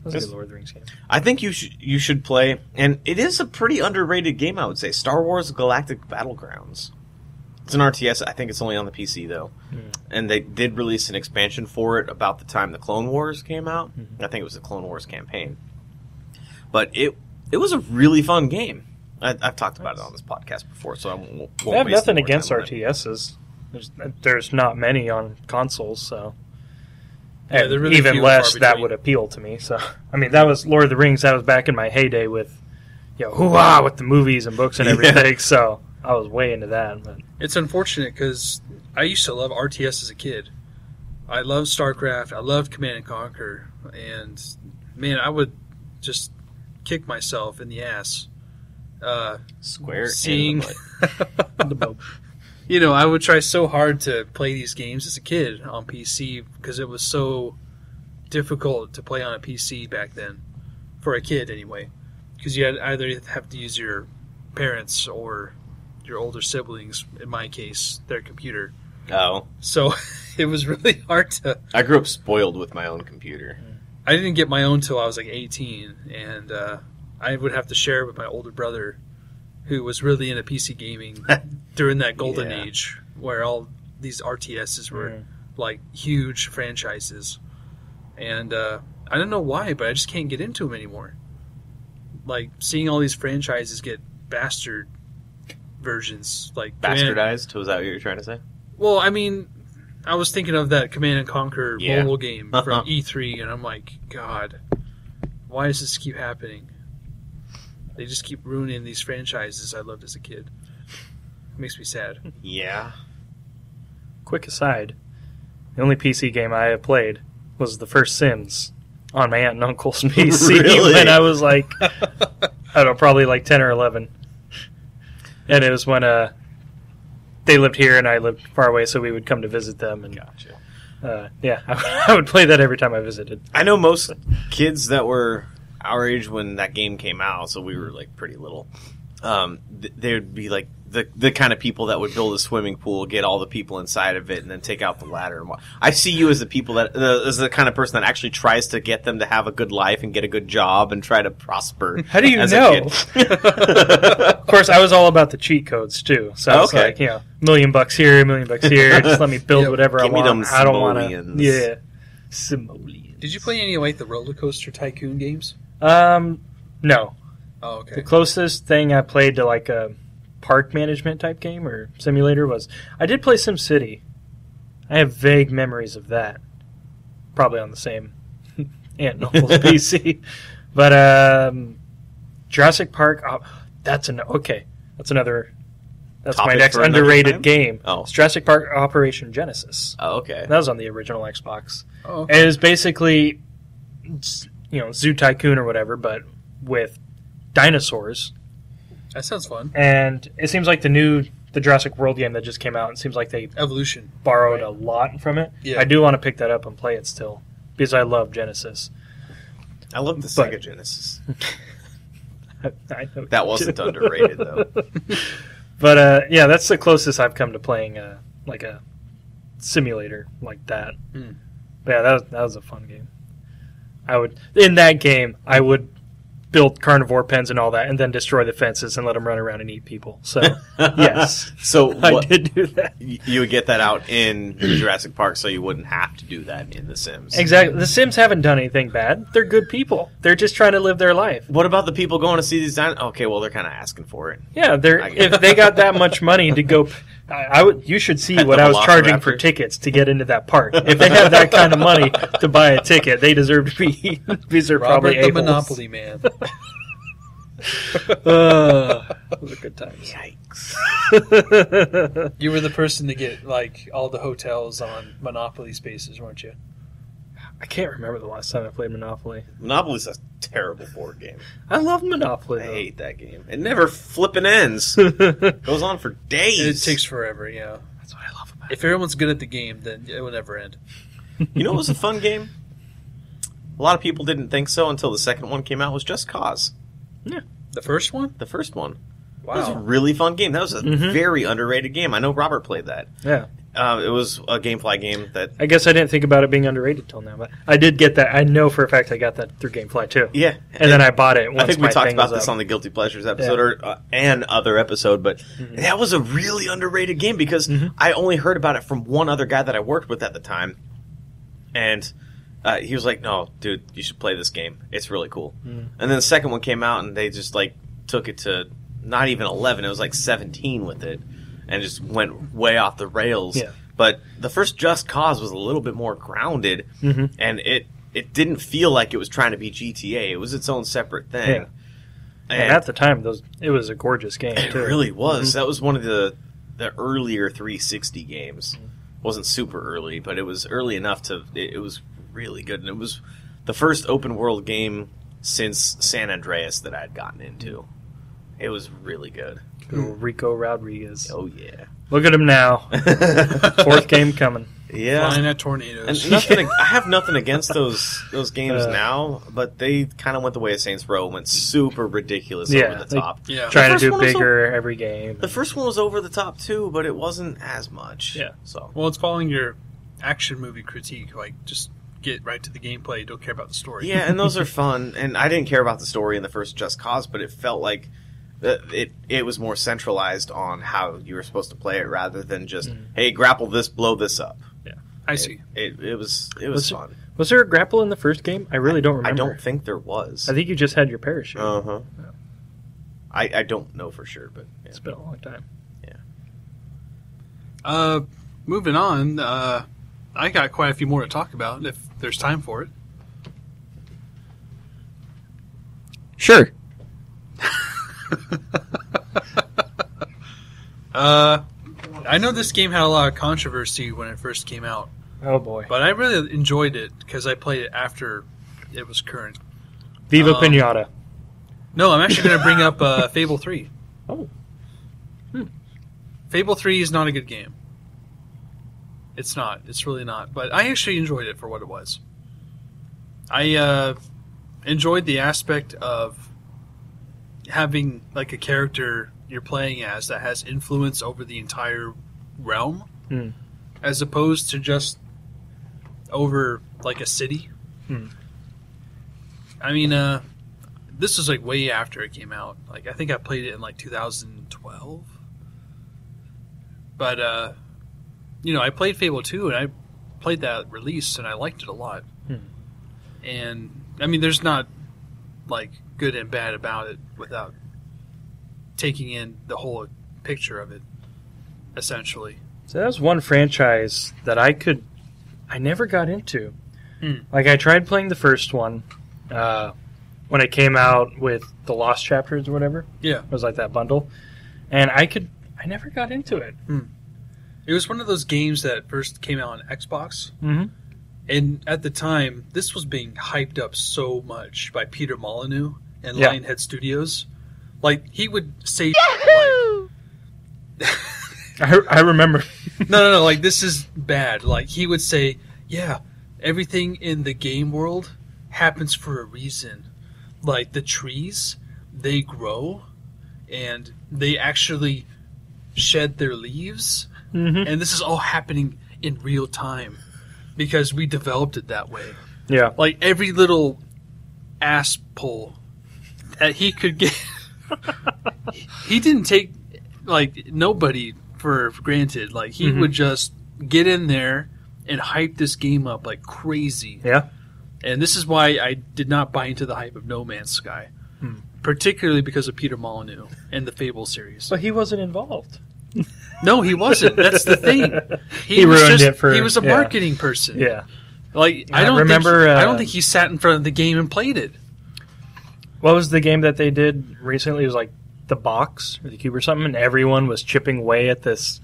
[SPEAKER 3] That was a
[SPEAKER 1] Yes.
[SPEAKER 3] good Lord of the Rings game.
[SPEAKER 1] I think you should you should play, and it is a pretty underrated game. I would say Star Wars Galactic Battlegrounds. It's an RTS. I think it's only on the PC though,
[SPEAKER 3] Mm.
[SPEAKER 1] and they did release an expansion for it about the time the Clone Wars came out.
[SPEAKER 3] Mm-hmm.
[SPEAKER 1] I think it was the Clone Wars campaign, but it it was a really fun game. I, I've talked about it on this podcast before, so I won't. won't
[SPEAKER 3] I have
[SPEAKER 1] waste
[SPEAKER 3] nothing
[SPEAKER 1] more
[SPEAKER 3] against
[SPEAKER 1] time on it.
[SPEAKER 3] RTSs. There's, there's not many on consoles, so
[SPEAKER 2] Yeah,
[SPEAKER 3] and
[SPEAKER 2] they're really few
[SPEAKER 3] even
[SPEAKER 2] and far
[SPEAKER 3] less that
[SPEAKER 2] between.
[SPEAKER 3] would appeal to me. So I mean, that was Lord of the Rings. That was back in my heyday with, you know, hoo-ah with the movies and books and
[SPEAKER 1] Yeah.
[SPEAKER 3] everything. So I was way into that. But
[SPEAKER 2] It's unfortunate because I used to love RTS as a kid. I loved StarCraft. I loved Command and Conquer, and man, I would just kick myself in the ass. Uh,
[SPEAKER 1] Square
[SPEAKER 2] Seeing-
[SPEAKER 1] in the butt.
[SPEAKER 2] you know, I would try so hard to play these games as a kid on PC because it was so difficult to play on a PC back then for a kid anyway. Because you had either have to use your parents or your older siblings, in my case, their computer.
[SPEAKER 1] Oh,
[SPEAKER 2] So it was really hard to.
[SPEAKER 1] I grew up spoiled with my own computer.
[SPEAKER 2] I didn't get my own till I was like 18, and uh, I would have to share it with my older brother, who was really into PC gaming during that golden
[SPEAKER 1] Yeah.
[SPEAKER 2] age where all these RTSs were
[SPEAKER 3] Mm.
[SPEAKER 2] like huge franchises, and uh, I don't know why, but I just can't get into them anymore. Like seeing all these franchises get bastard versions, like Command-
[SPEAKER 1] Bastardized was that what you were trying to say?
[SPEAKER 2] well, I mean, I was thinking of that Command and Conquer
[SPEAKER 1] Yeah.
[SPEAKER 2] mobile game from E3, and I'm like, God, why does this keep happening? They just keep ruining these franchises I loved as a kid. It makes me sad.
[SPEAKER 1] Yeah.
[SPEAKER 3] Quick aside, the only PC game I have played was the first Sims on my aunt and uncle's PC
[SPEAKER 1] Really?
[SPEAKER 3] when I was like, I don't know, probably like 10 or 11. And it was when uh, they lived here and I lived far away, so we would come to visit them. And
[SPEAKER 1] Gotcha.
[SPEAKER 3] uh, yeah, I, would play that every time I visited.
[SPEAKER 1] I know most kids that were our age when that game came out, so we were like pretty little. Um, th- they would be like the the kind of people that would build a swimming pool, get all the people inside of it, and then take out the ladder. And wa- I see you as the people that the, as the kind of person that actually tries to get them to have a good life and get a good job and try to prosper.
[SPEAKER 3] How do you
[SPEAKER 1] as
[SPEAKER 3] know?
[SPEAKER 1] A kid.
[SPEAKER 3] Of course, I was all about the cheat codes too. So I was
[SPEAKER 1] Okay.
[SPEAKER 3] like, you know, million bucks here, million bucks here. Just let me build
[SPEAKER 2] Yeah,
[SPEAKER 3] whatever I
[SPEAKER 1] give me
[SPEAKER 3] want.
[SPEAKER 1] them
[SPEAKER 3] I don't want to.
[SPEAKER 1] simoleons.
[SPEAKER 3] Yeah, simoleons.
[SPEAKER 2] Did you play any like the roller coaster tycoon games?
[SPEAKER 3] Um, no.
[SPEAKER 2] Oh,
[SPEAKER 3] The
[SPEAKER 2] okay.
[SPEAKER 3] closest thing I played to like a park management type game or simulator was I did play SimCity. I have vague memories of that. Probably on the same Aunt and Uncle's PC. But um, Jurassic Park. Oh, that's an okay. That's another. That's
[SPEAKER 1] Topic
[SPEAKER 3] my next
[SPEAKER 1] for another
[SPEAKER 3] underrated
[SPEAKER 1] time?
[SPEAKER 3] game.
[SPEAKER 1] Oh.
[SPEAKER 3] It's Jurassic Park Operation Genesis.
[SPEAKER 1] oh, okay.
[SPEAKER 3] That was on the original Xbox.
[SPEAKER 2] Oh, okay.
[SPEAKER 3] And it was basically, you know, Zoo Tycoon or whatever, but with dinosaurs.
[SPEAKER 2] that sounds fun.
[SPEAKER 3] And it seems like the new the Jurassic World game that just came out. It seems like they
[SPEAKER 2] Evolution.
[SPEAKER 3] borrowed a lot from it.
[SPEAKER 2] Yeah.
[SPEAKER 3] I do want to pick that up and play it still because I love Genesis.
[SPEAKER 1] I love the
[SPEAKER 3] But-
[SPEAKER 1] Sega Genesis.
[SPEAKER 3] I know
[SPEAKER 1] That
[SPEAKER 3] you
[SPEAKER 1] wasn't
[SPEAKER 3] do.
[SPEAKER 1] underrated, though.
[SPEAKER 3] but uh, yeah, that's the closest I've come to playing a like a simulator like that.
[SPEAKER 2] Hmm.
[SPEAKER 3] But yeah, that was, that was a fun game. I would in that game I would build carnivore pens and all that, and then destroy the fences and let them run around and eat people. So yes,
[SPEAKER 1] So
[SPEAKER 3] I
[SPEAKER 1] what-
[SPEAKER 3] did do that.
[SPEAKER 1] y- you would get that out in Jurassic Park, so you wouldn't have to do that in The Sims.
[SPEAKER 3] Exactly. The Sims haven't done anything bad. They're good people. They're just trying to live their life.
[SPEAKER 1] What about the people going to see these? Din- okay, well they're kind of asking for it.
[SPEAKER 3] Yeah, they're
[SPEAKER 1] I get it.
[SPEAKER 3] if they got that much money to go. I, I would. You should see
[SPEAKER 1] Pet
[SPEAKER 3] what
[SPEAKER 1] the
[SPEAKER 3] I was charging for
[SPEAKER 1] Velociraptor.
[SPEAKER 3] tickets to get into that park. If they have that kind of money to buy a ticket, they deserve to be. these are
[SPEAKER 2] Robert the
[SPEAKER 3] probably a-holes.
[SPEAKER 2] Monopoly Man.
[SPEAKER 3] Ugh, those are good times.
[SPEAKER 1] Yikes!
[SPEAKER 2] You were the person to get like all the hotels on Monopoly spaces, weren't you?
[SPEAKER 3] I can't remember the last time I played Monopoly.
[SPEAKER 1] Monopoly's a terrible board game.
[SPEAKER 3] I love
[SPEAKER 1] I
[SPEAKER 3] Monopoly. though.
[SPEAKER 1] hate that game. It never flipping ends. Goes on for
[SPEAKER 2] It
[SPEAKER 1] days.
[SPEAKER 2] takes forever, yeah.
[SPEAKER 3] That's what I love about
[SPEAKER 2] If everyone's good at the game, then it will never end.
[SPEAKER 3] it.
[SPEAKER 1] You know, it was a fun game. A lot of people didn't think so until the second one came out. Was Just Cause
[SPEAKER 2] The first one?
[SPEAKER 1] the first one? That was a
[SPEAKER 2] Wow.
[SPEAKER 1] really fun game. That was a
[SPEAKER 3] Mhm.
[SPEAKER 1] very underrated game. I know Robert played that.
[SPEAKER 3] yeah.
[SPEAKER 1] Uh, it was a GameFly game that
[SPEAKER 3] I guess I didn't think about it being underrated till now, but I did get that. I know for a fact I got that through GameFly too.
[SPEAKER 1] yeah.
[SPEAKER 3] And then I bought it. Once
[SPEAKER 1] I think we
[SPEAKER 3] my
[SPEAKER 1] talked
[SPEAKER 3] thing
[SPEAKER 1] about
[SPEAKER 3] was
[SPEAKER 1] this
[SPEAKER 3] up.
[SPEAKER 1] on the Guilty Pleasures episode or uh, and other episode, but
[SPEAKER 3] Mm-hmm.
[SPEAKER 1] that was a really underrated game because
[SPEAKER 3] Mhm.
[SPEAKER 1] I only heard about it from one other guy that I worked with at the time, and uh, he was like, "No, dude, you should play this game. It's really cool."
[SPEAKER 3] Mm.
[SPEAKER 1] And then the second one came out, and they just like took it to not even eleven; it was like seventeen with it, and just went way off the rails.
[SPEAKER 3] Yeah.
[SPEAKER 1] But the first Just Cause was a little bit more grounded
[SPEAKER 3] Mhm.
[SPEAKER 1] and it it didn't feel like it was trying to be GTA. It was its own separate thing.
[SPEAKER 3] Yeah.
[SPEAKER 1] And,
[SPEAKER 3] And at the time, those it was a gorgeous game.
[SPEAKER 1] it
[SPEAKER 3] too. Mm-hmm.
[SPEAKER 1] really was. That was one of the the earlier 360 games.
[SPEAKER 3] Mm-hmm.
[SPEAKER 1] wasn't super early, but it was early enough to. It, it was really good, and it was the first open world game since San Andreas that I had gotten into.
[SPEAKER 3] Mm-hmm.
[SPEAKER 1] It was really good.
[SPEAKER 3] Good old Rico Rodriguez.
[SPEAKER 1] Oh yeah.
[SPEAKER 3] Look at him now. Fourth game coming.
[SPEAKER 1] Yeah.
[SPEAKER 2] Flying at tornadoes.
[SPEAKER 1] And nothing, I have nothing against those those games
[SPEAKER 3] Uh,
[SPEAKER 1] now, but they kind of went the way of Saints Row, went super ridiculous
[SPEAKER 3] Yeah,
[SPEAKER 1] over the
[SPEAKER 3] they-
[SPEAKER 1] top.
[SPEAKER 2] yeah.
[SPEAKER 3] Trying to
[SPEAKER 1] first
[SPEAKER 3] do
[SPEAKER 1] one was
[SPEAKER 3] bigger every game.
[SPEAKER 1] The first one was over the top too, but it wasn't as much.
[SPEAKER 3] Yeah.
[SPEAKER 1] So
[SPEAKER 2] Well, it's following your action movie critique. Like, just get right to the gameplay. Don't care about the story.
[SPEAKER 1] yeah, and those are fun. And I didn't care about the story in the first Just Cause, but it felt like uh, it it was more centralized on how you were supposed to play it rather than just
[SPEAKER 3] Mm.
[SPEAKER 1] hey grapple this, blow this up.
[SPEAKER 2] I see.
[SPEAKER 1] It it was it was
[SPEAKER 3] Was it-
[SPEAKER 1] fun.
[SPEAKER 3] Was there a grapple in the first game? I really don't remember.
[SPEAKER 1] I don't think there was.
[SPEAKER 3] I think you just had your parachute.
[SPEAKER 1] Uh huh. I, I don't know for sure, but yeah.
[SPEAKER 3] It's been a long time.
[SPEAKER 2] Uh, moving on. Uh, I got quite a few more to talk about if there's time for it.
[SPEAKER 4] Sure.
[SPEAKER 2] Uh, I know this game had a lot of controversy when it first came out,
[SPEAKER 3] Oh boy.
[SPEAKER 2] but I really enjoyed it because I played it after it was current.
[SPEAKER 3] Viva
[SPEAKER 2] um,
[SPEAKER 3] Pinata.
[SPEAKER 2] No, I'm actually going to bring up uh, Fable 3.
[SPEAKER 3] Oh.
[SPEAKER 2] Hmm. Fable 3 is not a good game. It's not. It's really not. But I actually enjoyed it for what it was. I uh, enjoyed the aspect of having like a character you're playing as that has influence over the entire realm
[SPEAKER 3] Hmm.
[SPEAKER 2] as opposed to just over like a city.
[SPEAKER 3] Hmm.
[SPEAKER 2] I mean, uh, this was like way after it came out. Like I think I played it in like 2012. But uh you know, I played Fable 2 and I played that release and I liked it a lot.
[SPEAKER 3] Hmm.
[SPEAKER 2] And I mean, there's not like good and bad about it without taking in the whole picture of it essentially.
[SPEAKER 3] So that was one franchise that I could, I never got into.
[SPEAKER 2] Hmm.
[SPEAKER 3] Like I tried playing the first one, uh, when it came out with the Lost Chapters or whatever.
[SPEAKER 2] Yeah.
[SPEAKER 3] It was like that bundle, and I could, I never got into it.
[SPEAKER 2] It was one of those games that first came out on Xbox
[SPEAKER 3] Mm-hmm.
[SPEAKER 2] And at the time, this was being hyped up so much by Peter Molyneux and
[SPEAKER 3] Yeah.
[SPEAKER 2] Lionhead Studios. Like he would say,
[SPEAKER 3] I, I remember.
[SPEAKER 2] "No, no, no! Like this is bad." Like he would say, "Yeah, everything in the game world happens for a reason. Like the trees, they grow, and they actually shed their leaves,
[SPEAKER 3] Mm-hmm.
[SPEAKER 2] and this is all happening in real time because we developed it that way."
[SPEAKER 3] Yeah.
[SPEAKER 2] like every little ass pull that he could get.
[SPEAKER 3] Mm-hmm.
[SPEAKER 2] he didn't take like nobody for granted. Like he
[SPEAKER 3] Mhm.
[SPEAKER 2] would just get in there and hype this game up like crazy.
[SPEAKER 3] Yeah.
[SPEAKER 2] And this is why I did not buy into the hype of No Man's Sky.
[SPEAKER 3] Hmm.
[SPEAKER 2] Particularly because of Peter Molyneux and the Fable series.
[SPEAKER 3] But he wasn't involved.
[SPEAKER 2] No, he wasn't. That's the thing.
[SPEAKER 3] He
[SPEAKER 2] was
[SPEAKER 3] ruined it for-
[SPEAKER 2] he was a
[SPEAKER 3] yeah.
[SPEAKER 2] marketing person.
[SPEAKER 3] Yeah.
[SPEAKER 2] like
[SPEAKER 3] I
[SPEAKER 2] I don't
[SPEAKER 3] remember,
[SPEAKER 2] Think, I
[SPEAKER 3] uh,
[SPEAKER 2] don't think he sat in front of the game and played it.
[SPEAKER 3] What was the game that they did recently? It was like the box or the cube or something, and everyone was chipping away at this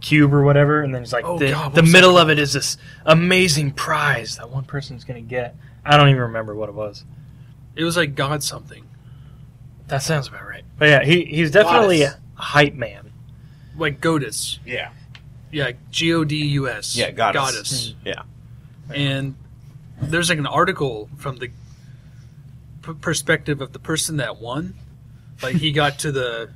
[SPEAKER 3] cube or whatever. And then it's like
[SPEAKER 2] Oh,
[SPEAKER 3] the,
[SPEAKER 2] God, what
[SPEAKER 3] the
[SPEAKER 2] was
[SPEAKER 3] middle of it is this amazing prize that one person's gonna get. I don't even remember what it was.
[SPEAKER 2] It was like God something.
[SPEAKER 3] That sounds about right. But yeah, he, he's definitely
[SPEAKER 1] Goddess.
[SPEAKER 3] a hype man.
[SPEAKER 2] Like Godus.
[SPEAKER 1] Yeah.
[SPEAKER 2] Yeah, G O D U S.
[SPEAKER 1] Yeah, Goddess.
[SPEAKER 2] Goddess.
[SPEAKER 1] Yeah.
[SPEAKER 3] Hmm.
[SPEAKER 2] And there's like an article from the p- perspective of the person that won. Like he got to the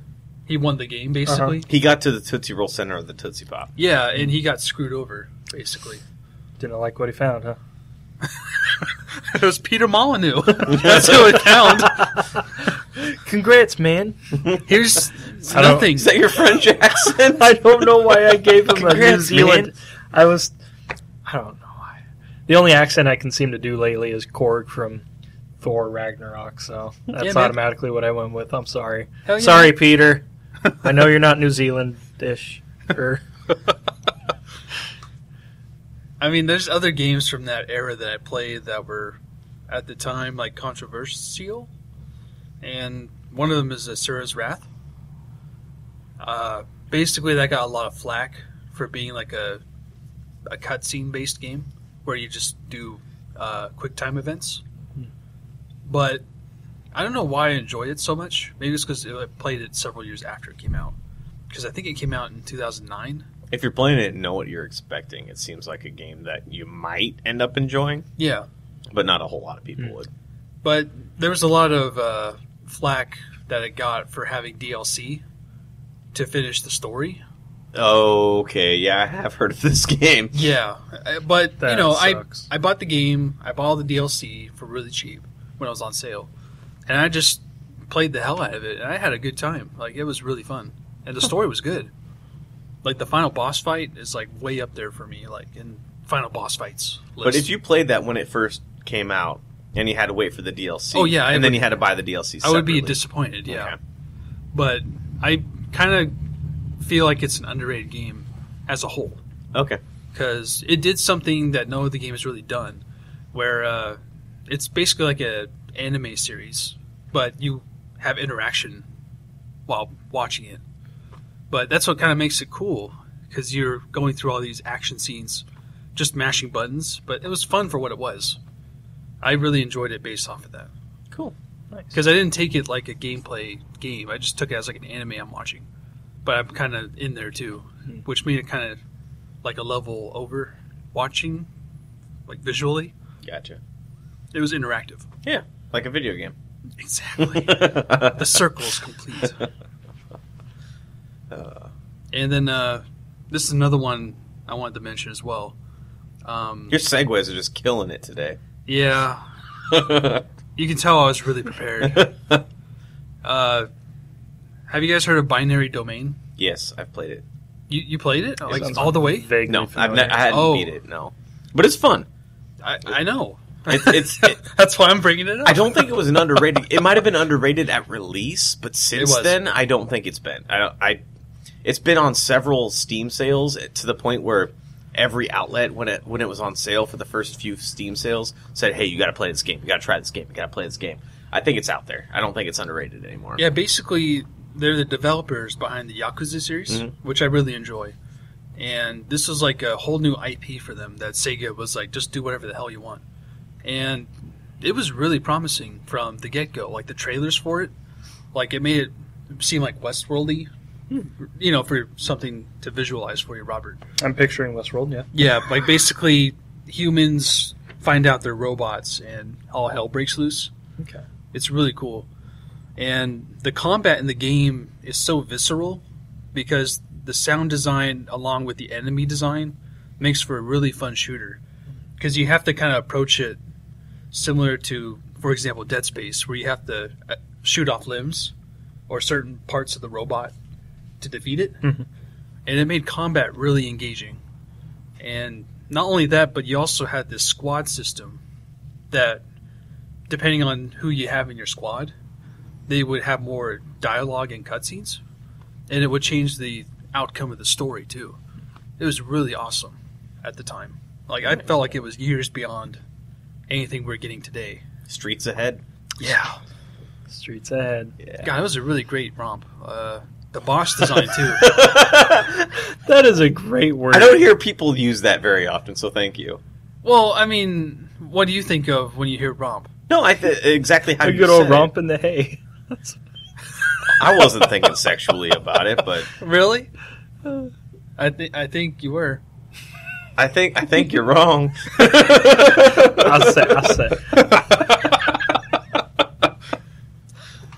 [SPEAKER 2] he won the
[SPEAKER 3] Uh-huh.
[SPEAKER 2] game basically.
[SPEAKER 1] He got to the Tootsie Roll Center of the Tootsie Pop.
[SPEAKER 2] Yeah, and he got screwed over basically.
[SPEAKER 3] Didn't like what he found, huh?
[SPEAKER 2] it was Peter Molyneux. That's who it found.
[SPEAKER 3] Congrats, man.
[SPEAKER 2] Here's
[SPEAKER 3] I don't-
[SPEAKER 2] nothing.
[SPEAKER 1] Is that your French accent?
[SPEAKER 3] I don't know why I gave him a New
[SPEAKER 1] Congrats,
[SPEAKER 3] Zealand.
[SPEAKER 1] man.
[SPEAKER 3] I was, I don't know why. The only accent I can seem to do lately is Korg from Thor Ragnarok, so that's
[SPEAKER 2] man.
[SPEAKER 3] automatically what I went with. I'm sorry.
[SPEAKER 2] Hell yeah.
[SPEAKER 3] Sorry, Peter. I know you're not New Zealand-ish. Er, Or,
[SPEAKER 2] I mean, there's other games from that era that I played that were at the time like controversial, and one of them is Asura's Wrath. Uh, basically, that got a lot of flack for being like a a cutscene based game where you just do uh, quick time events. but I don't know why I enjoyed it so much. Maybe it's because I played it several years after it came out. Because I think it came out in 2009.
[SPEAKER 1] If you're playing it and know what you're expecting, it seems like a game that you might end up enjoying,
[SPEAKER 2] Yeah,
[SPEAKER 1] but not a whole lot of people
[SPEAKER 3] Hmm.
[SPEAKER 1] would.
[SPEAKER 2] but there was a lot of uh, flack that it got for having DLC to finish the story.
[SPEAKER 1] Okay, yeah, I have heard of this game.
[SPEAKER 2] Yeah, uh, but
[SPEAKER 3] That
[SPEAKER 2] you know,
[SPEAKER 3] sucks.
[SPEAKER 2] I I bought the game, I bought all the DLC for really cheap when it was on sale, and I just played the hell out of it, and I had a good time. Like it was really fun, and the story was good. Like the final boss fight is like way up there for me, like in final boss fights. List.
[SPEAKER 1] But if you played that when it first came out and you had to wait for the DLC,
[SPEAKER 2] Oh, yeah, I
[SPEAKER 1] and then
[SPEAKER 2] would-
[SPEAKER 1] you had to buy the DLC,
[SPEAKER 2] I would be
[SPEAKER 1] separately.
[SPEAKER 2] disappointed, yeah.
[SPEAKER 1] Okay.
[SPEAKER 2] But I kind of feel like it's an underrated game as a whole
[SPEAKER 1] Okay.
[SPEAKER 2] because it did something that no other game has really done, where uh, it's basically like a anime series, but you have interaction while watching it. But that's what kind of makes it cool because you're going through all these action scenes, just mashing buttons. But it was fun for what it was. I really enjoyed it based off of that
[SPEAKER 3] Cool. Nice.
[SPEAKER 2] because I didn't take it like a gameplay game. I just took it as like an anime I'm watching, but I'm kind of in there too,
[SPEAKER 3] Hmm.
[SPEAKER 2] which made it kind of like a level over watching, like visually.
[SPEAKER 1] Gotcha.
[SPEAKER 2] It was interactive.
[SPEAKER 1] Like a video game.
[SPEAKER 2] Exactly. the circle's complete. And then uh, this is another one I wanted to mention as well. Um,
[SPEAKER 1] Your segues are just killing it today.
[SPEAKER 2] yeah, you can tell I was really prepared. Uh, have you guys heard of Binary Domain?
[SPEAKER 1] yes, I've played it.
[SPEAKER 2] You, you played it like
[SPEAKER 1] sounds
[SPEAKER 2] all the way?
[SPEAKER 3] Vaguely
[SPEAKER 1] No, I've ne-
[SPEAKER 3] familiar.
[SPEAKER 1] I hadn't
[SPEAKER 2] Oh.
[SPEAKER 1] beat it. No, but it's fun.
[SPEAKER 2] I, I know.
[SPEAKER 1] It- it's. It,
[SPEAKER 2] That's why I'm bringing it up.
[SPEAKER 1] I don't think it was an underrated. It might have been underrated at release, but since
[SPEAKER 2] was.
[SPEAKER 1] then, I don't think it's been. I, don't- I, it's been on several Steam sales eh, to the point where every outlet, when it when it was on sale for the first few Steam sales, said, "Hey, you got to play this game. You got to try this game. You got to play this game." I think it's out there. I don't think it's underrated anymore.
[SPEAKER 2] Yeah, basically, they're the developers behind the Yakuza series,
[SPEAKER 1] Mhm.
[SPEAKER 2] which I really enjoy. And this was like a whole new IP for them that Sega was like, just do whatever the hell you want. And it was really promising from the get go. Like the trailers for it, like it made it seem like Westworldy, you know, for something to visualize for you, Robert.
[SPEAKER 3] I'm picturing Westworld. Yeah.
[SPEAKER 2] Yeah, like basically humans find out they're robots and all hell breaks loose.
[SPEAKER 3] Okay.
[SPEAKER 2] It's really cool. And the combat in the game is so visceral because the sound design along with the enemy design makes for a really fun shooter. Cuz you have to kind of approach it similar to for example Dead Space where you have to uh, shoot off limbs or certain parts of the robot to defeat it.
[SPEAKER 3] Mhm.
[SPEAKER 2] And it made combat really engaging. And not only that, but you also had this squad system that, depending on who you have in your squad, they would have more dialogue and cutscenes, and it would change the outcome of the story too. It was really awesome at the time. Like I felt like it was years beyond anything we're getting today.
[SPEAKER 1] Streets ahead.
[SPEAKER 2] Yeah,
[SPEAKER 3] Streets ahead.
[SPEAKER 2] God, it was a really great romp. Uh, the boss design too.
[SPEAKER 3] That is a great word.
[SPEAKER 1] I don't hear people use that very often, so thank you.
[SPEAKER 2] well, I mean, what do you think of when you hear romp?
[SPEAKER 1] No, I th- exactly how
[SPEAKER 3] a
[SPEAKER 1] you
[SPEAKER 3] good old
[SPEAKER 1] said it.
[SPEAKER 3] romp in the hay.
[SPEAKER 1] I wasn't thinking sexually about it, but
[SPEAKER 2] Really? I think I think you were.
[SPEAKER 1] I think I think you're wrong.
[SPEAKER 3] I'll say. I'll say.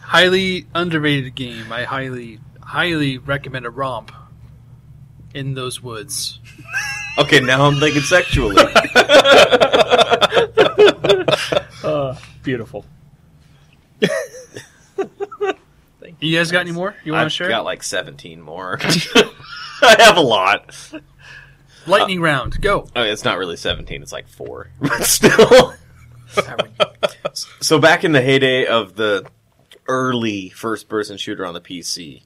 [SPEAKER 2] highly underrated game. I highly, highly recommend a romp in those woods.
[SPEAKER 1] Okay, now I'm thinking sexually.
[SPEAKER 3] Uh, beautiful.
[SPEAKER 2] You guys got any more you want to
[SPEAKER 1] I've
[SPEAKER 2] share?
[SPEAKER 1] got like 17 more. I have a lot. Uh,
[SPEAKER 2] Lightning round, go.
[SPEAKER 1] I mean, Oh, it's not really 17, it's like 4. But still. so back in the heyday of the early first person shooter on the PC,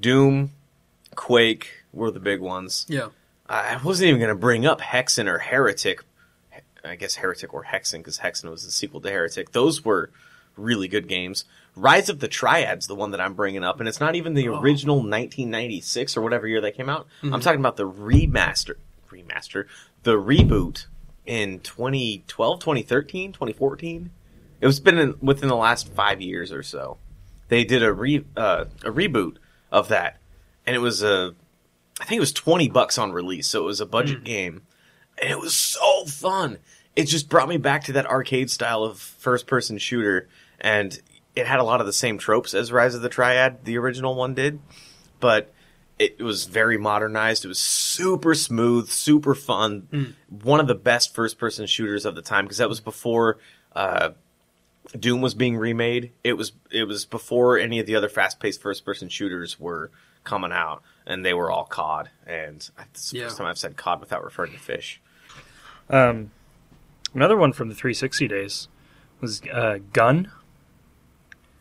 [SPEAKER 1] Doom, Quake were the big ones.
[SPEAKER 2] Yeah,
[SPEAKER 1] I wasn't even going to bring up Hexen or Heretic. I guess Heretic or Hexen, because Hexen was the sequel to Heretic. Those were really good games. Rise of the Triads, the one that I'm bringing up, and it's not even the
[SPEAKER 2] Oh.
[SPEAKER 1] original 1996 or whatever year that came out. I'm
[SPEAKER 2] Mhm.
[SPEAKER 1] talking about the remaster, remaster, the reboot in 2012, 2013, 2014. It It was been in, within the last five years or so. They did a re uh, a reboot of that, and it was a I think it was twenty bucks on release, so it was a budget game, and it was so fun. It just brought me back to that arcade style of first person shooter, and it had a lot of the same tropes as Rise of the Triad, the original one did, but it was very modernized. It was super smooth, super fun. One of the best first person shooters of the time because that was before uh, Doom was being remade. It was it was before any of the other fast paced first person shooters were coming out, and they were all COD. And it's the
[SPEAKER 2] Yeah.
[SPEAKER 1] first time I've said COD without referring to fish.
[SPEAKER 3] Um, another one from the 360 days was uh, Gun.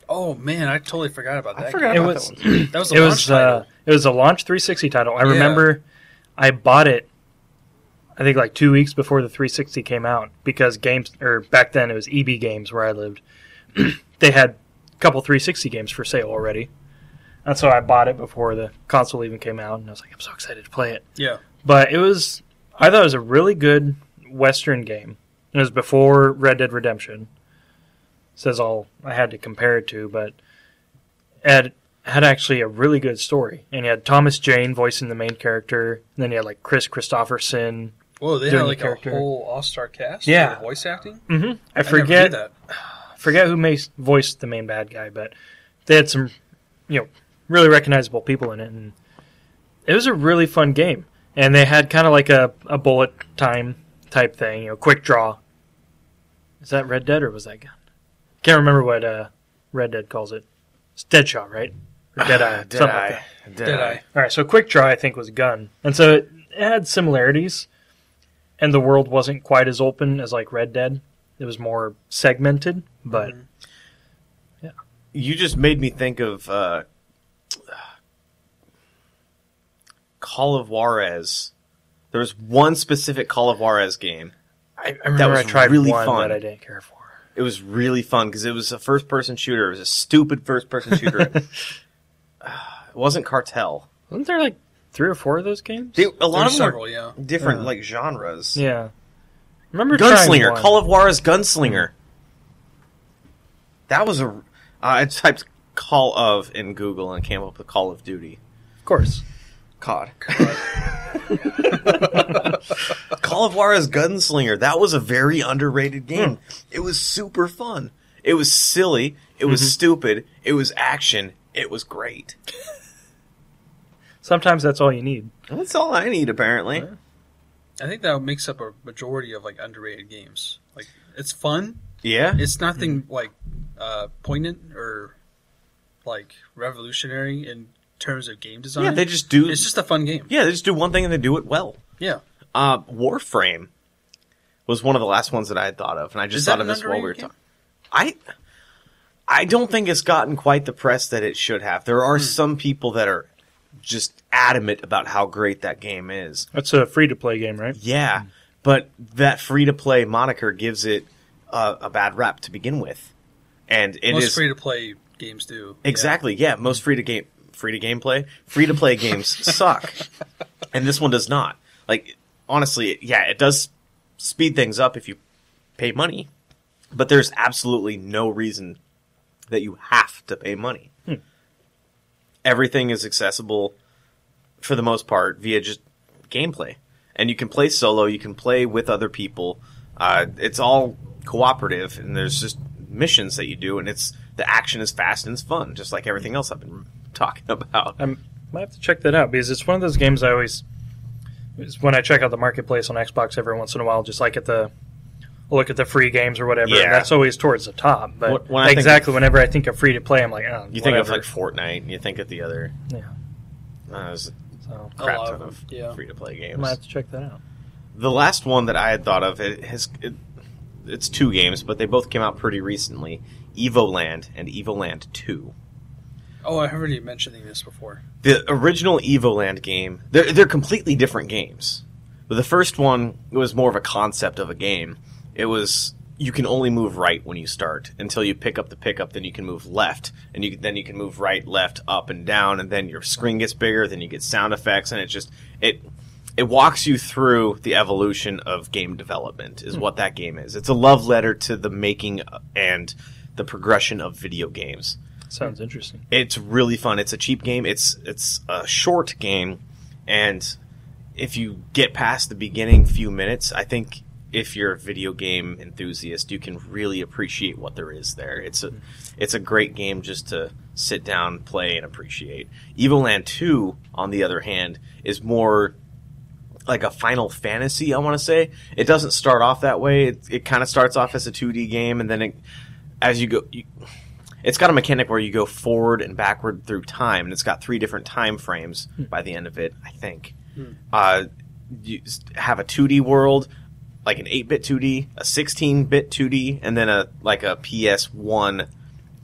[SPEAKER 2] Oh man, I totally forgot about that.
[SPEAKER 1] I forgot
[SPEAKER 3] It
[SPEAKER 1] about
[SPEAKER 3] was-
[SPEAKER 1] that one.
[SPEAKER 2] game. That was a
[SPEAKER 3] it
[SPEAKER 2] launch
[SPEAKER 3] was
[SPEAKER 2] title.
[SPEAKER 3] uh, it was a launch 360 title. I
[SPEAKER 2] Yeah.
[SPEAKER 3] remember I bought it. I think like two weeks before the 360 came out because games or back then it was EB Games where I lived. they had a couple 360 games for sale already, and so I bought it before the console even came out. And I was like, I'm so excited to play it.
[SPEAKER 2] yeah.
[SPEAKER 3] But it was I thought it was a really good Western game. It was before Red Dead Redemption. Says all I had to compare it to, but it had actually a really good story. And you had Thomas Jane voicing the main character, and then you had like Chris Christopherson.
[SPEAKER 2] Whoa, they
[SPEAKER 3] Doing
[SPEAKER 2] had
[SPEAKER 3] the
[SPEAKER 2] like a
[SPEAKER 3] character.
[SPEAKER 2] whole all star cast.
[SPEAKER 3] Yeah.
[SPEAKER 2] for voice acting.
[SPEAKER 3] Mm-hmm. I
[SPEAKER 2] never knew
[SPEAKER 3] forget
[SPEAKER 2] that.
[SPEAKER 3] forget who ma- voiced the main bad guy, but they had some, you know, really recognizable people in it, and it was a really fun game. And they had kind of like a, a bullet time type thing, you know, quick draw. Is that Red Dead or was that gun? Can't remember what uh, Red Dead calls it. It's Deadshot, right?
[SPEAKER 1] Ah,
[SPEAKER 3] Or Deadeye,
[SPEAKER 1] Dead
[SPEAKER 3] something like that.
[SPEAKER 1] Eye.
[SPEAKER 2] Did I?
[SPEAKER 3] All right, so Quick Draw I think was Gun, and so it, it had similarities, and the world wasn't quite as open as like Red Dead. It was more segmented, but
[SPEAKER 2] Mm-hmm.
[SPEAKER 1] you just made me think of uh, Call of Juarez. There was one specific Call of Juarez game.
[SPEAKER 3] I, I remember I
[SPEAKER 1] was
[SPEAKER 3] tried
[SPEAKER 1] really
[SPEAKER 3] one
[SPEAKER 1] fun.
[SPEAKER 3] that I didn't care for.
[SPEAKER 1] It was really fun because it was a first-person shooter. It was a stupid first-person shooter. it wasn't Cartel.
[SPEAKER 3] Wasn't there like three or four of those games?
[SPEAKER 1] They, a lot
[SPEAKER 2] There's
[SPEAKER 1] of them
[SPEAKER 2] several,
[SPEAKER 1] were Uh.
[SPEAKER 2] yeah.
[SPEAKER 1] different,
[SPEAKER 3] Yeah.
[SPEAKER 1] like genres.
[SPEAKER 3] yeah, remember
[SPEAKER 1] Gunslinger, Call of Juarez Gunslinger. That was a. Uh, I typed "Call of" in Google and came up with Call of Duty.
[SPEAKER 3] of course.
[SPEAKER 1] COD. Call of Juarez Gunslinger. That was a very
[SPEAKER 2] Hmm.
[SPEAKER 1] underrated game. It was super fun. It was silly. It
[SPEAKER 2] Mm-hmm.
[SPEAKER 1] was stupid. It was action. It was great.
[SPEAKER 3] Sometimes that's all you need.
[SPEAKER 1] That's all I need, apparently.
[SPEAKER 2] I think that makes up a majority of like underrated games. Like it's fun.
[SPEAKER 1] Yeah.
[SPEAKER 2] It's nothing
[SPEAKER 1] Hmm.
[SPEAKER 2] like uh, poignant or like revolutionary in terms of game design.
[SPEAKER 1] Yeah, they just do.
[SPEAKER 2] it's just a fun game.
[SPEAKER 1] yeah, they just do one thing and they do it well.
[SPEAKER 2] Yeah.
[SPEAKER 1] Uh, Warframe was one of the last ones that I had thought of, and I just
[SPEAKER 2] Is that
[SPEAKER 1] thought of
[SPEAKER 2] an
[SPEAKER 1] this while we were
[SPEAKER 2] underrated
[SPEAKER 1] talking. I I don't think it's gotten quite the press that it should have. There
[SPEAKER 2] Hmm.
[SPEAKER 1] are some people that are just adamant about how great that game is.
[SPEAKER 3] That's a free to play game, right?
[SPEAKER 1] Yeah, but that free to play moniker gives it uh, a bad rap to begin with, and it is
[SPEAKER 2] Most free to play games do. Yeah.
[SPEAKER 1] exactly yeah. Most free to game free to gameplay free to play games suck, and this one does not. Like honestly, yeah, it does speed things up if you pay money, but there's absolutely no reason that you have to pay money. Everything is accessible for the most part via just gameplay, and you can play solo. You can play with other people. Uh, it's all cooperative, and there's just missions that you do, and it's the action is fast and it's fun, just like everything else I've been talking about.
[SPEAKER 3] I might have to check that out because it's one of those games I always. It's when I check out the marketplace on Xbox every once in a while, just like at the I'll look at the free games or whatever.
[SPEAKER 1] Yeah.
[SPEAKER 3] And that's always towards the top. But
[SPEAKER 1] Wh- when I think
[SPEAKER 3] exactly whenever I think of free to play, I'm like, oh,
[SPEAKER 1] You think
[SPEAKER 3] whatever.
[SPEAKER 1] of like Fortnite, and you think of the other.
[SPEAKER 3] yeah.
[SPEAKER 1] Uh, there's
[SPEAKER 3] So
[SPEAKER 1] a crap
[SPEAKER 2] lot
[SPEAKER 1] ton
[SPEAKER 2] of
[SPEAKER 1] of
[SPEAKER 2] them, yeah.
[SPEAKER 1] free to play
[SPEAKER 3] I
[SPEAKER 1] games.
[SPEAKER 3] might have to check that out.
[SPEAKER 1] the last one that I had thought of it has it, it's two games, but they both came out pretty recently: Evoland and Evoland Two.
[SPEAKER 2] Oh, I heard you mentioning this before.
[SPEAKER 1] The original Evoland game, they're they're completely different games. But the first one it was more of a concept of a game. It was you can only move right when you start until you pick up the pickup, then you can move left, and you then you can move right, left, up, and down, and then your screen gets bigger, then you get sound effects, and it just it it walks you through the evolution of game development is what that game is. It's a love letter to the making and the progression of video games.
[SPEAKER 3] Sounds interesting.
[SPEAKER 1] It's really fun. It's a cheap game. It's it's a short game, and if you get past the beginning few minutes, I think if you're a video game enthusiast, you can really appreciate what there is there. It's a it's a great game just to sit down, play, and appreciate. Evil Land Two, on the other hand, is more like a Final Fantasy. I want to say it doesn't start off that way. It, it kind of starts off as a 2D game, and then it, as you go, you, it's got a mechanic where you go forward and backward through time, and it's got three different time frames by the end of it. I think uh, you s- have a 2D world, like an 8-bit 2D, a 16-bit 2D, and then a like a PS1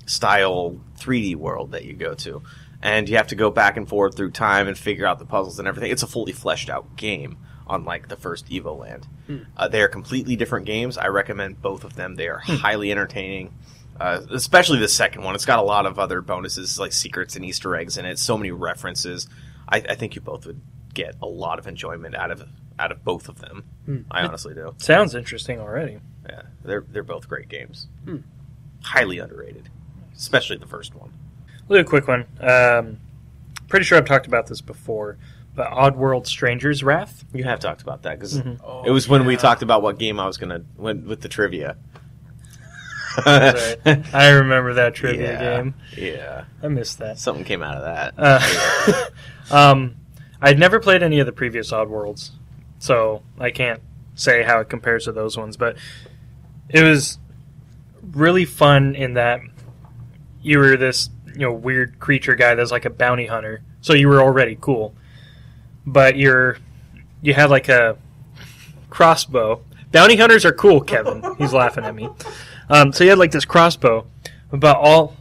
[SPEAKER 1] style 3D world that you go to. And you have to go back and forth through time and figure out the puzzles and everything. It's a fully fleshed out game, unlike the first Evo Land. Uh, they are completely different games. I recommend both of them. They are highly entertaining, uh, especially the second one. It's got a lot of other bonuses, like secrets and Easter eggs in it. So many references. I, I think you both would get a lot of enjoyment out of out of both of them.
[SPEAKER 3] Hmm.
[SPEAKER 1] I honestly do.
[SPEAKER 3] Sounds interesting already.
[SPEAKER 1] Yeah, they're they're both great games.
[SPEAKER 3] Hmm.
[SPEAKER 1] Highly underrated, especially the first one.
[SPEAKER 3] I'll do a quick one. Um, pretty sure I've talked about this before, but Oddworld Stranger's Wrath.
[SPEAKER 1] You have talked about that because
[SPEAKER 3] Mhm.
[SPEAKER 2] Oh,
[SPEAKER 1] it was when we
[SPEAKER 2] yeah.
[SPEAKER 1] talked about what game I was gonna when, with the trivia.
[SPEAKER 3] That's right. I remember that trivia
[SPEAKER 1] Yeah.
[SPEAKER 3] game.
[SPEAKER 1] yeah,
[SPEAKER 3] I missed that.
[SPEAKER 1] something came out of that.
[SPEAKER 3] Uh, um, I'd never played any of the previous Oddworlds, so I can't say how it compares to those ones, but it was really fun in that you were this you know weird creature guy that's like a bounty hunter, so you were already cool, but you're you had like a crossbow. Bounty hunters are cool, Kevin. He's laughing at me. Um, so you had like this crossbow, but all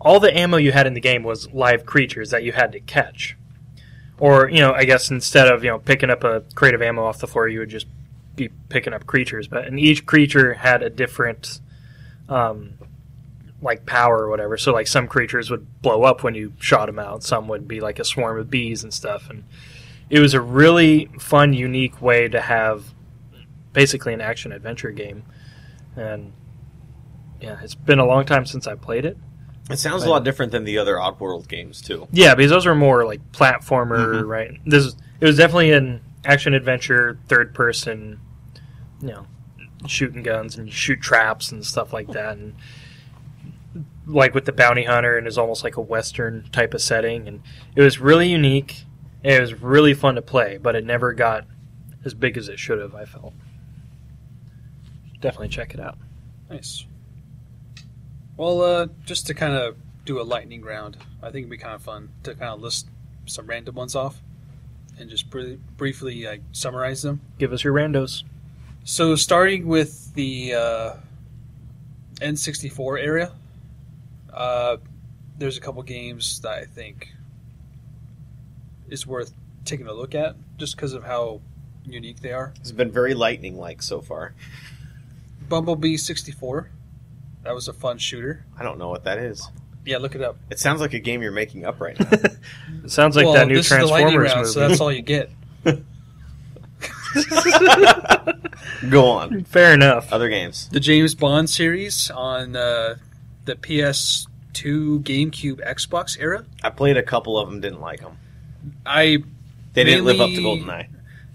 [SPEAKER 3] all the ammo you had in the game was live creatures that you had to catch. Or, you know, I guess instead of, you know, picking up a crate of ammo off the floor, you would just be picking up creatures. But and each creature had a different um like power or whatever. So like some creatures would blow up when you shot them out. Some would be like a swarm of bees and stuff. And it was a really fun, unique way to have basically an action adventure game. And yeah, it's been a long time since I played it.
[SPEAKER 1] It sounds a
[SPEAKER 3] But-
[SPEAKER 1] lot different than the other Oddworld games too.
[SPEAKER 3] Yeah, because those were more like platformer,
[SPEAKER 2] Mm-hmm.
[SPEAKER 1] Mhm.
[SPEAKER 3] right? This is- it was definitely an action adventure, third person, you know, shooting guns and shoot traps and stuff like that, and like with the bounty hunter, and it was almost like a western type of setting, and it was really unique. And it was really fun to play, but it never got as big as it should have. I felt. Definitely check it out.
[SPEAKER 2] Nice. Well, uh, just to kind of do a lightning round, I think it'd be kind of fun to kind of list some random ones off and just br- briefly like summarize them.
[SPEAKER 3] Give us your randos.
[SPEAKER 2] So, starting with the uh, N64 area, uh, there's a couple games that I think is worth taking a look at just because of how unique they are.
[SPEAKER 1] It's been very lightning like so far.
[SPEAKER 2] Bumblebee 64, that was a fun shooter.
[SPEAKER 1] I don't know what that is.
[SPEAKER 2] Yeah, look it up.
[SPEAKER 1] It sounds like a game you're making up right now.
[SPEAKER 3] It sounds like that new
[SPEAKER 2] this is the lightning
[SPEAKER 3] Transformers
[SPEAKER 2] round,
[SPEAKER 3] movie.
[SPEAKER 2] So that's all you get.
[SPEAKER 1] Go on.
[SPEAKER 3] Fair enough.
[SPEAKER 1] Other games.
[SPEAKER 2] The James Bond series on uh, the PS2, GameCube, Xbox era.
[SPEAKER 1] I played a couple of them. Didn't like them.
[SPEAKER 2] I
[SPEAKER 1] They didn't live up to
[SPEAKER 2] Mainly-
[SPEAKER 1] GoldenEye.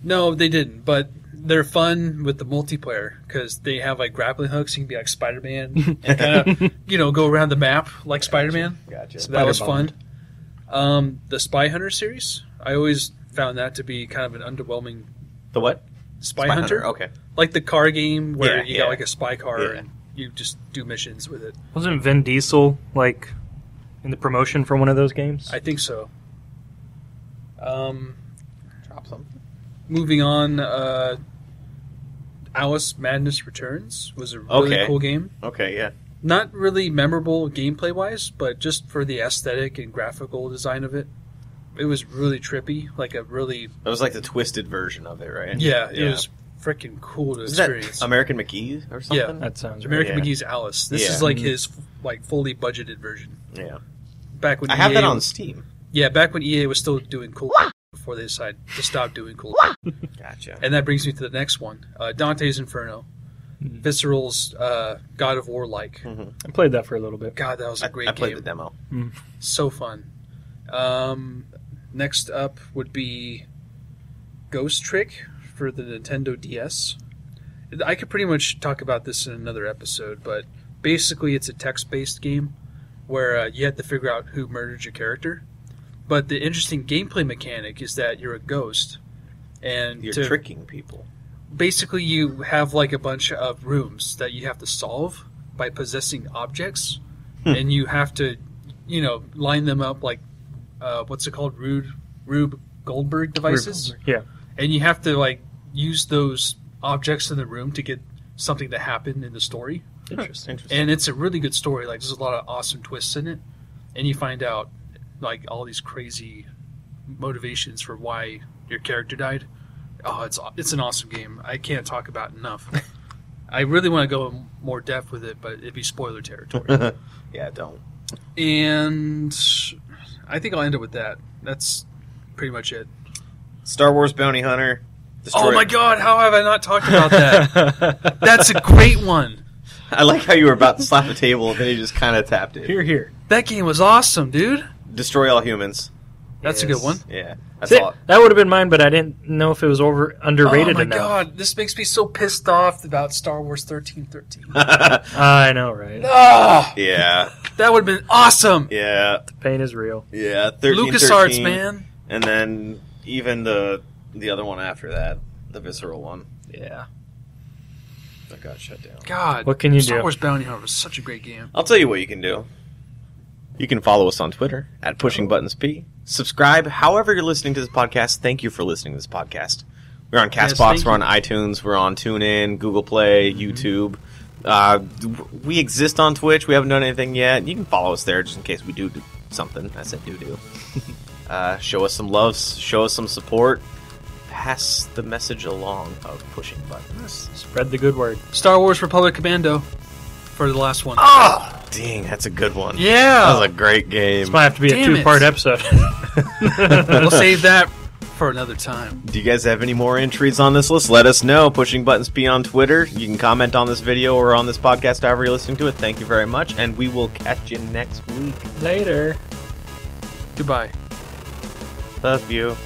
[SPEAKER 2] no, they didn't, but they're fun with the multiplayer because they have like grappling hooks. You can be like Spider Man and kind of you know go around the map like Spider Man.
[SPEAKER 1] Gotcha.
[SPEAKER 2] So that was fun. Um, the Spy Hunter series. I always found that to be kind of an underwhelming
[SPEAKER 1] The what?
[SPEAKER 2] Spy,
[SPEAKER 1] Spy
[SPEAKER 2] Hunter.
[SPEAKER 1] Okay.
[SPEAKER 2] like the car game where
[SPEAKER 1] Yeah,
[SPEAKER 2] you
[SPEAKER 1] yeah.
[SPEAKER 2] got like a spy car
[SPEAKER 1] Yeah.
[SPEAKER 2] and you just do missions with it.
[SPEAKER 3] Wasn't Vin Diesel like in the promotion for one of those games?
[SPEAKER 2] I think so. Um,
[SPEAKER 1] Drop something.
[SPEAKER 2] moving on, uh, Alice Madness Returns was a really
[SPEAKER 1] Okay.
[SPEAKER 2] cool game.
[SPEAKER 1] Okay. Yeah.
[SPEAKER 2] Not really memorable gameplay wise, but just for the aesthetic and graphical design of it, it was really trippy. Like a really
[SPEAKER 1] That was like the twisted version of it, right?
[SPEAKER 2] yeah, it was freaking cool to
[SPEAKER 1] Is
[SPEAKER 2] experience.
[SPEAKER 1] that American McGee or something?
[SPEAKER 3] that sounds right.
[SPEAKER 2] American
[SPEAKER 1] yeah.
[SPEAKER 2] McGee's Alice. This is
[SPEAKER 1] Yeah.
[SPEAKER 2] like his like fully budgeted version.
[SPEAKER 1] Yeah.
[SPEAKER 2] Back when E
[SPEAKER 1] I have
[SPEAKER 2] EA
[SPEAKER 1] that on Steam.
[SPEAKER 2] Yeah, back when EA was E still doing cool. before they decide to stop doing cool.
[SPEAKER 1] Gotcha.
[SPEAKER 2] And that brings me to the next one uh, Dante's Inferno. Visceral's uh, God of War like.
[SPEAKER 3] I played that for a little bit.
[SPEAKER 2] God, that was
[SPEAKER 1] I,
[SPEAKER 2] a great
[SPEAKER 1] I played
[SPEAKER 2] game.
[SPEAKER 1] the demo.
[SPEAKER 2] So fun. Um, next up would be Ghost Trick for the Nintendo DS. I could pretty much talk about this in another episode, but basically it's a text based game where uh, you have to figure out who murdered your character. But the interesting gameplay mechanic is that you're a ghost. And
[SPEAKER 1] You're
[SPEAKER 2] to-
[SPEAKER 1] tricking people.
[SPEAKER 2] basically you have like a bunch of rooms that you have to solve by possessing objects and you have to you know line them up like uh, what's it called rude rube goldberg devices
[SPEAKER 3] Yeah.
[SPEAKER 2] and you have to like use those objects in the room to get something to happen in the story
[SPEAKER 3] Interesting.
[SPEAKER 1] Interesting.
[SPEAKER 2] and it's a really good story like there's a lot of awesome twists in it and you find out like all these crazy motivations for why your character died oh it's it's an awesome game i can't talk about it enough i really want to go in more depth with it but it'd be spoiler territory
[SPEAKER 1] yeah, don't.
[SPEAKER 2] and i think i'll end it with that that's pretty much it
[SPEAKER 1] Star Wars Bounty Hunter. Destroy-
[SPEAKER 2] oh my god how have i not talked about that that's a great one
[SPEAKER 1] I like how you were about to slap a table, and then you just kind of tapped it.
[SPEAKER 3] here, here.
[SPEAKER 2] that game was awesome dude
[SPEAKER 1] Destroy all humans.
[SPEAKER 2] that's a
[SPEAKER 3] Yes.
[SPEAKER 2] good one
[SPEAKER 1] Yeah,
[SPEAKER 3] That's
[SPEAKER 1] that's
[SPEAKER 3] it.
[SPEAKER 1] all.
[SPEAKER 3] That would have been mine, but I didn't know if it was over underrated
[SPEAKER 2] oh my
[SPEAKER 3] enough.
[SPEAKER 2] god, this makes me so pissed off about Star Wars thirteen thirteen.
[SPEAKER 3] I know, right?
[SPEAKER 2] Ah,
[SPEAKER 1] yeah,
[SPEAKER 2] that would have been awesome.
[SPEAKER 1] yeah,
[SPEAKER 3] The pain is real.
[SPEAKER 1] yeah. 13,
[SPEAKER 2] LucasArts,
[SPEAKER 1] 13,
[SPEAKER 2] man.
[SPEAKER 1] and then even the the other one after that, the visceral one
[SPEAKER 2] Yeah.
[SPEAKER 1] that got shut down.
[SPEAKER 2] God.
[SPEAKER 3] What can you
[SPEAKER 2] Star
[SPEAKER 3] do?
[SPEAKER 2] Wars Bounty Hunter was such a great game.
[SPEAKER 1] I'll tell you what you can do. You can follow us on Twitter at Pushing Buttons P. Subscribe. However, you're listening to this podcast, thank you for listening to this podcast. We're on
[SPEAKER 2] Yes,
[SPEAKER 1] Castbox,
[SPEAKER 2] thank Mm-hmm.
[SPEAKER 1] we're on iTunes, we're on TuneIn, Google Play, YouTube. Uh, w- we exist on Twitch. We haven't done anything yet. You can follow us there just in case we do, do something. I said do do. uh, show us some love, s- show us some support. Pass the message along of pushing buttons.
[SPEAKER 3] Spread the good word.
[SPEAKER 2] Star Wars Republic Commando for the last one.
[SPEAKER 1] Oh, dang, that's a good one. That was
[SPEAKER 2] Ah! yeah.
[SPEAKER 1] a great game.
[SPEAKER 3] This might have to be a
[SPEAKER 2] Damn it.
[SPEAKER 3] two-part episode.
[SPEAKER 2] we'll save that for another time.
[SPEAKER 1] Do you guys have any more entries on this list? Let us know. Pushing Buttons P on Twitter. You can comment on this video or on this podcast, however you're listening to it. Thank you very much, and we will catch you next week.
[SPEAKER 3] Later.
[SPEAKER 2] Goodbye.
[SPEAKER 1] Love you.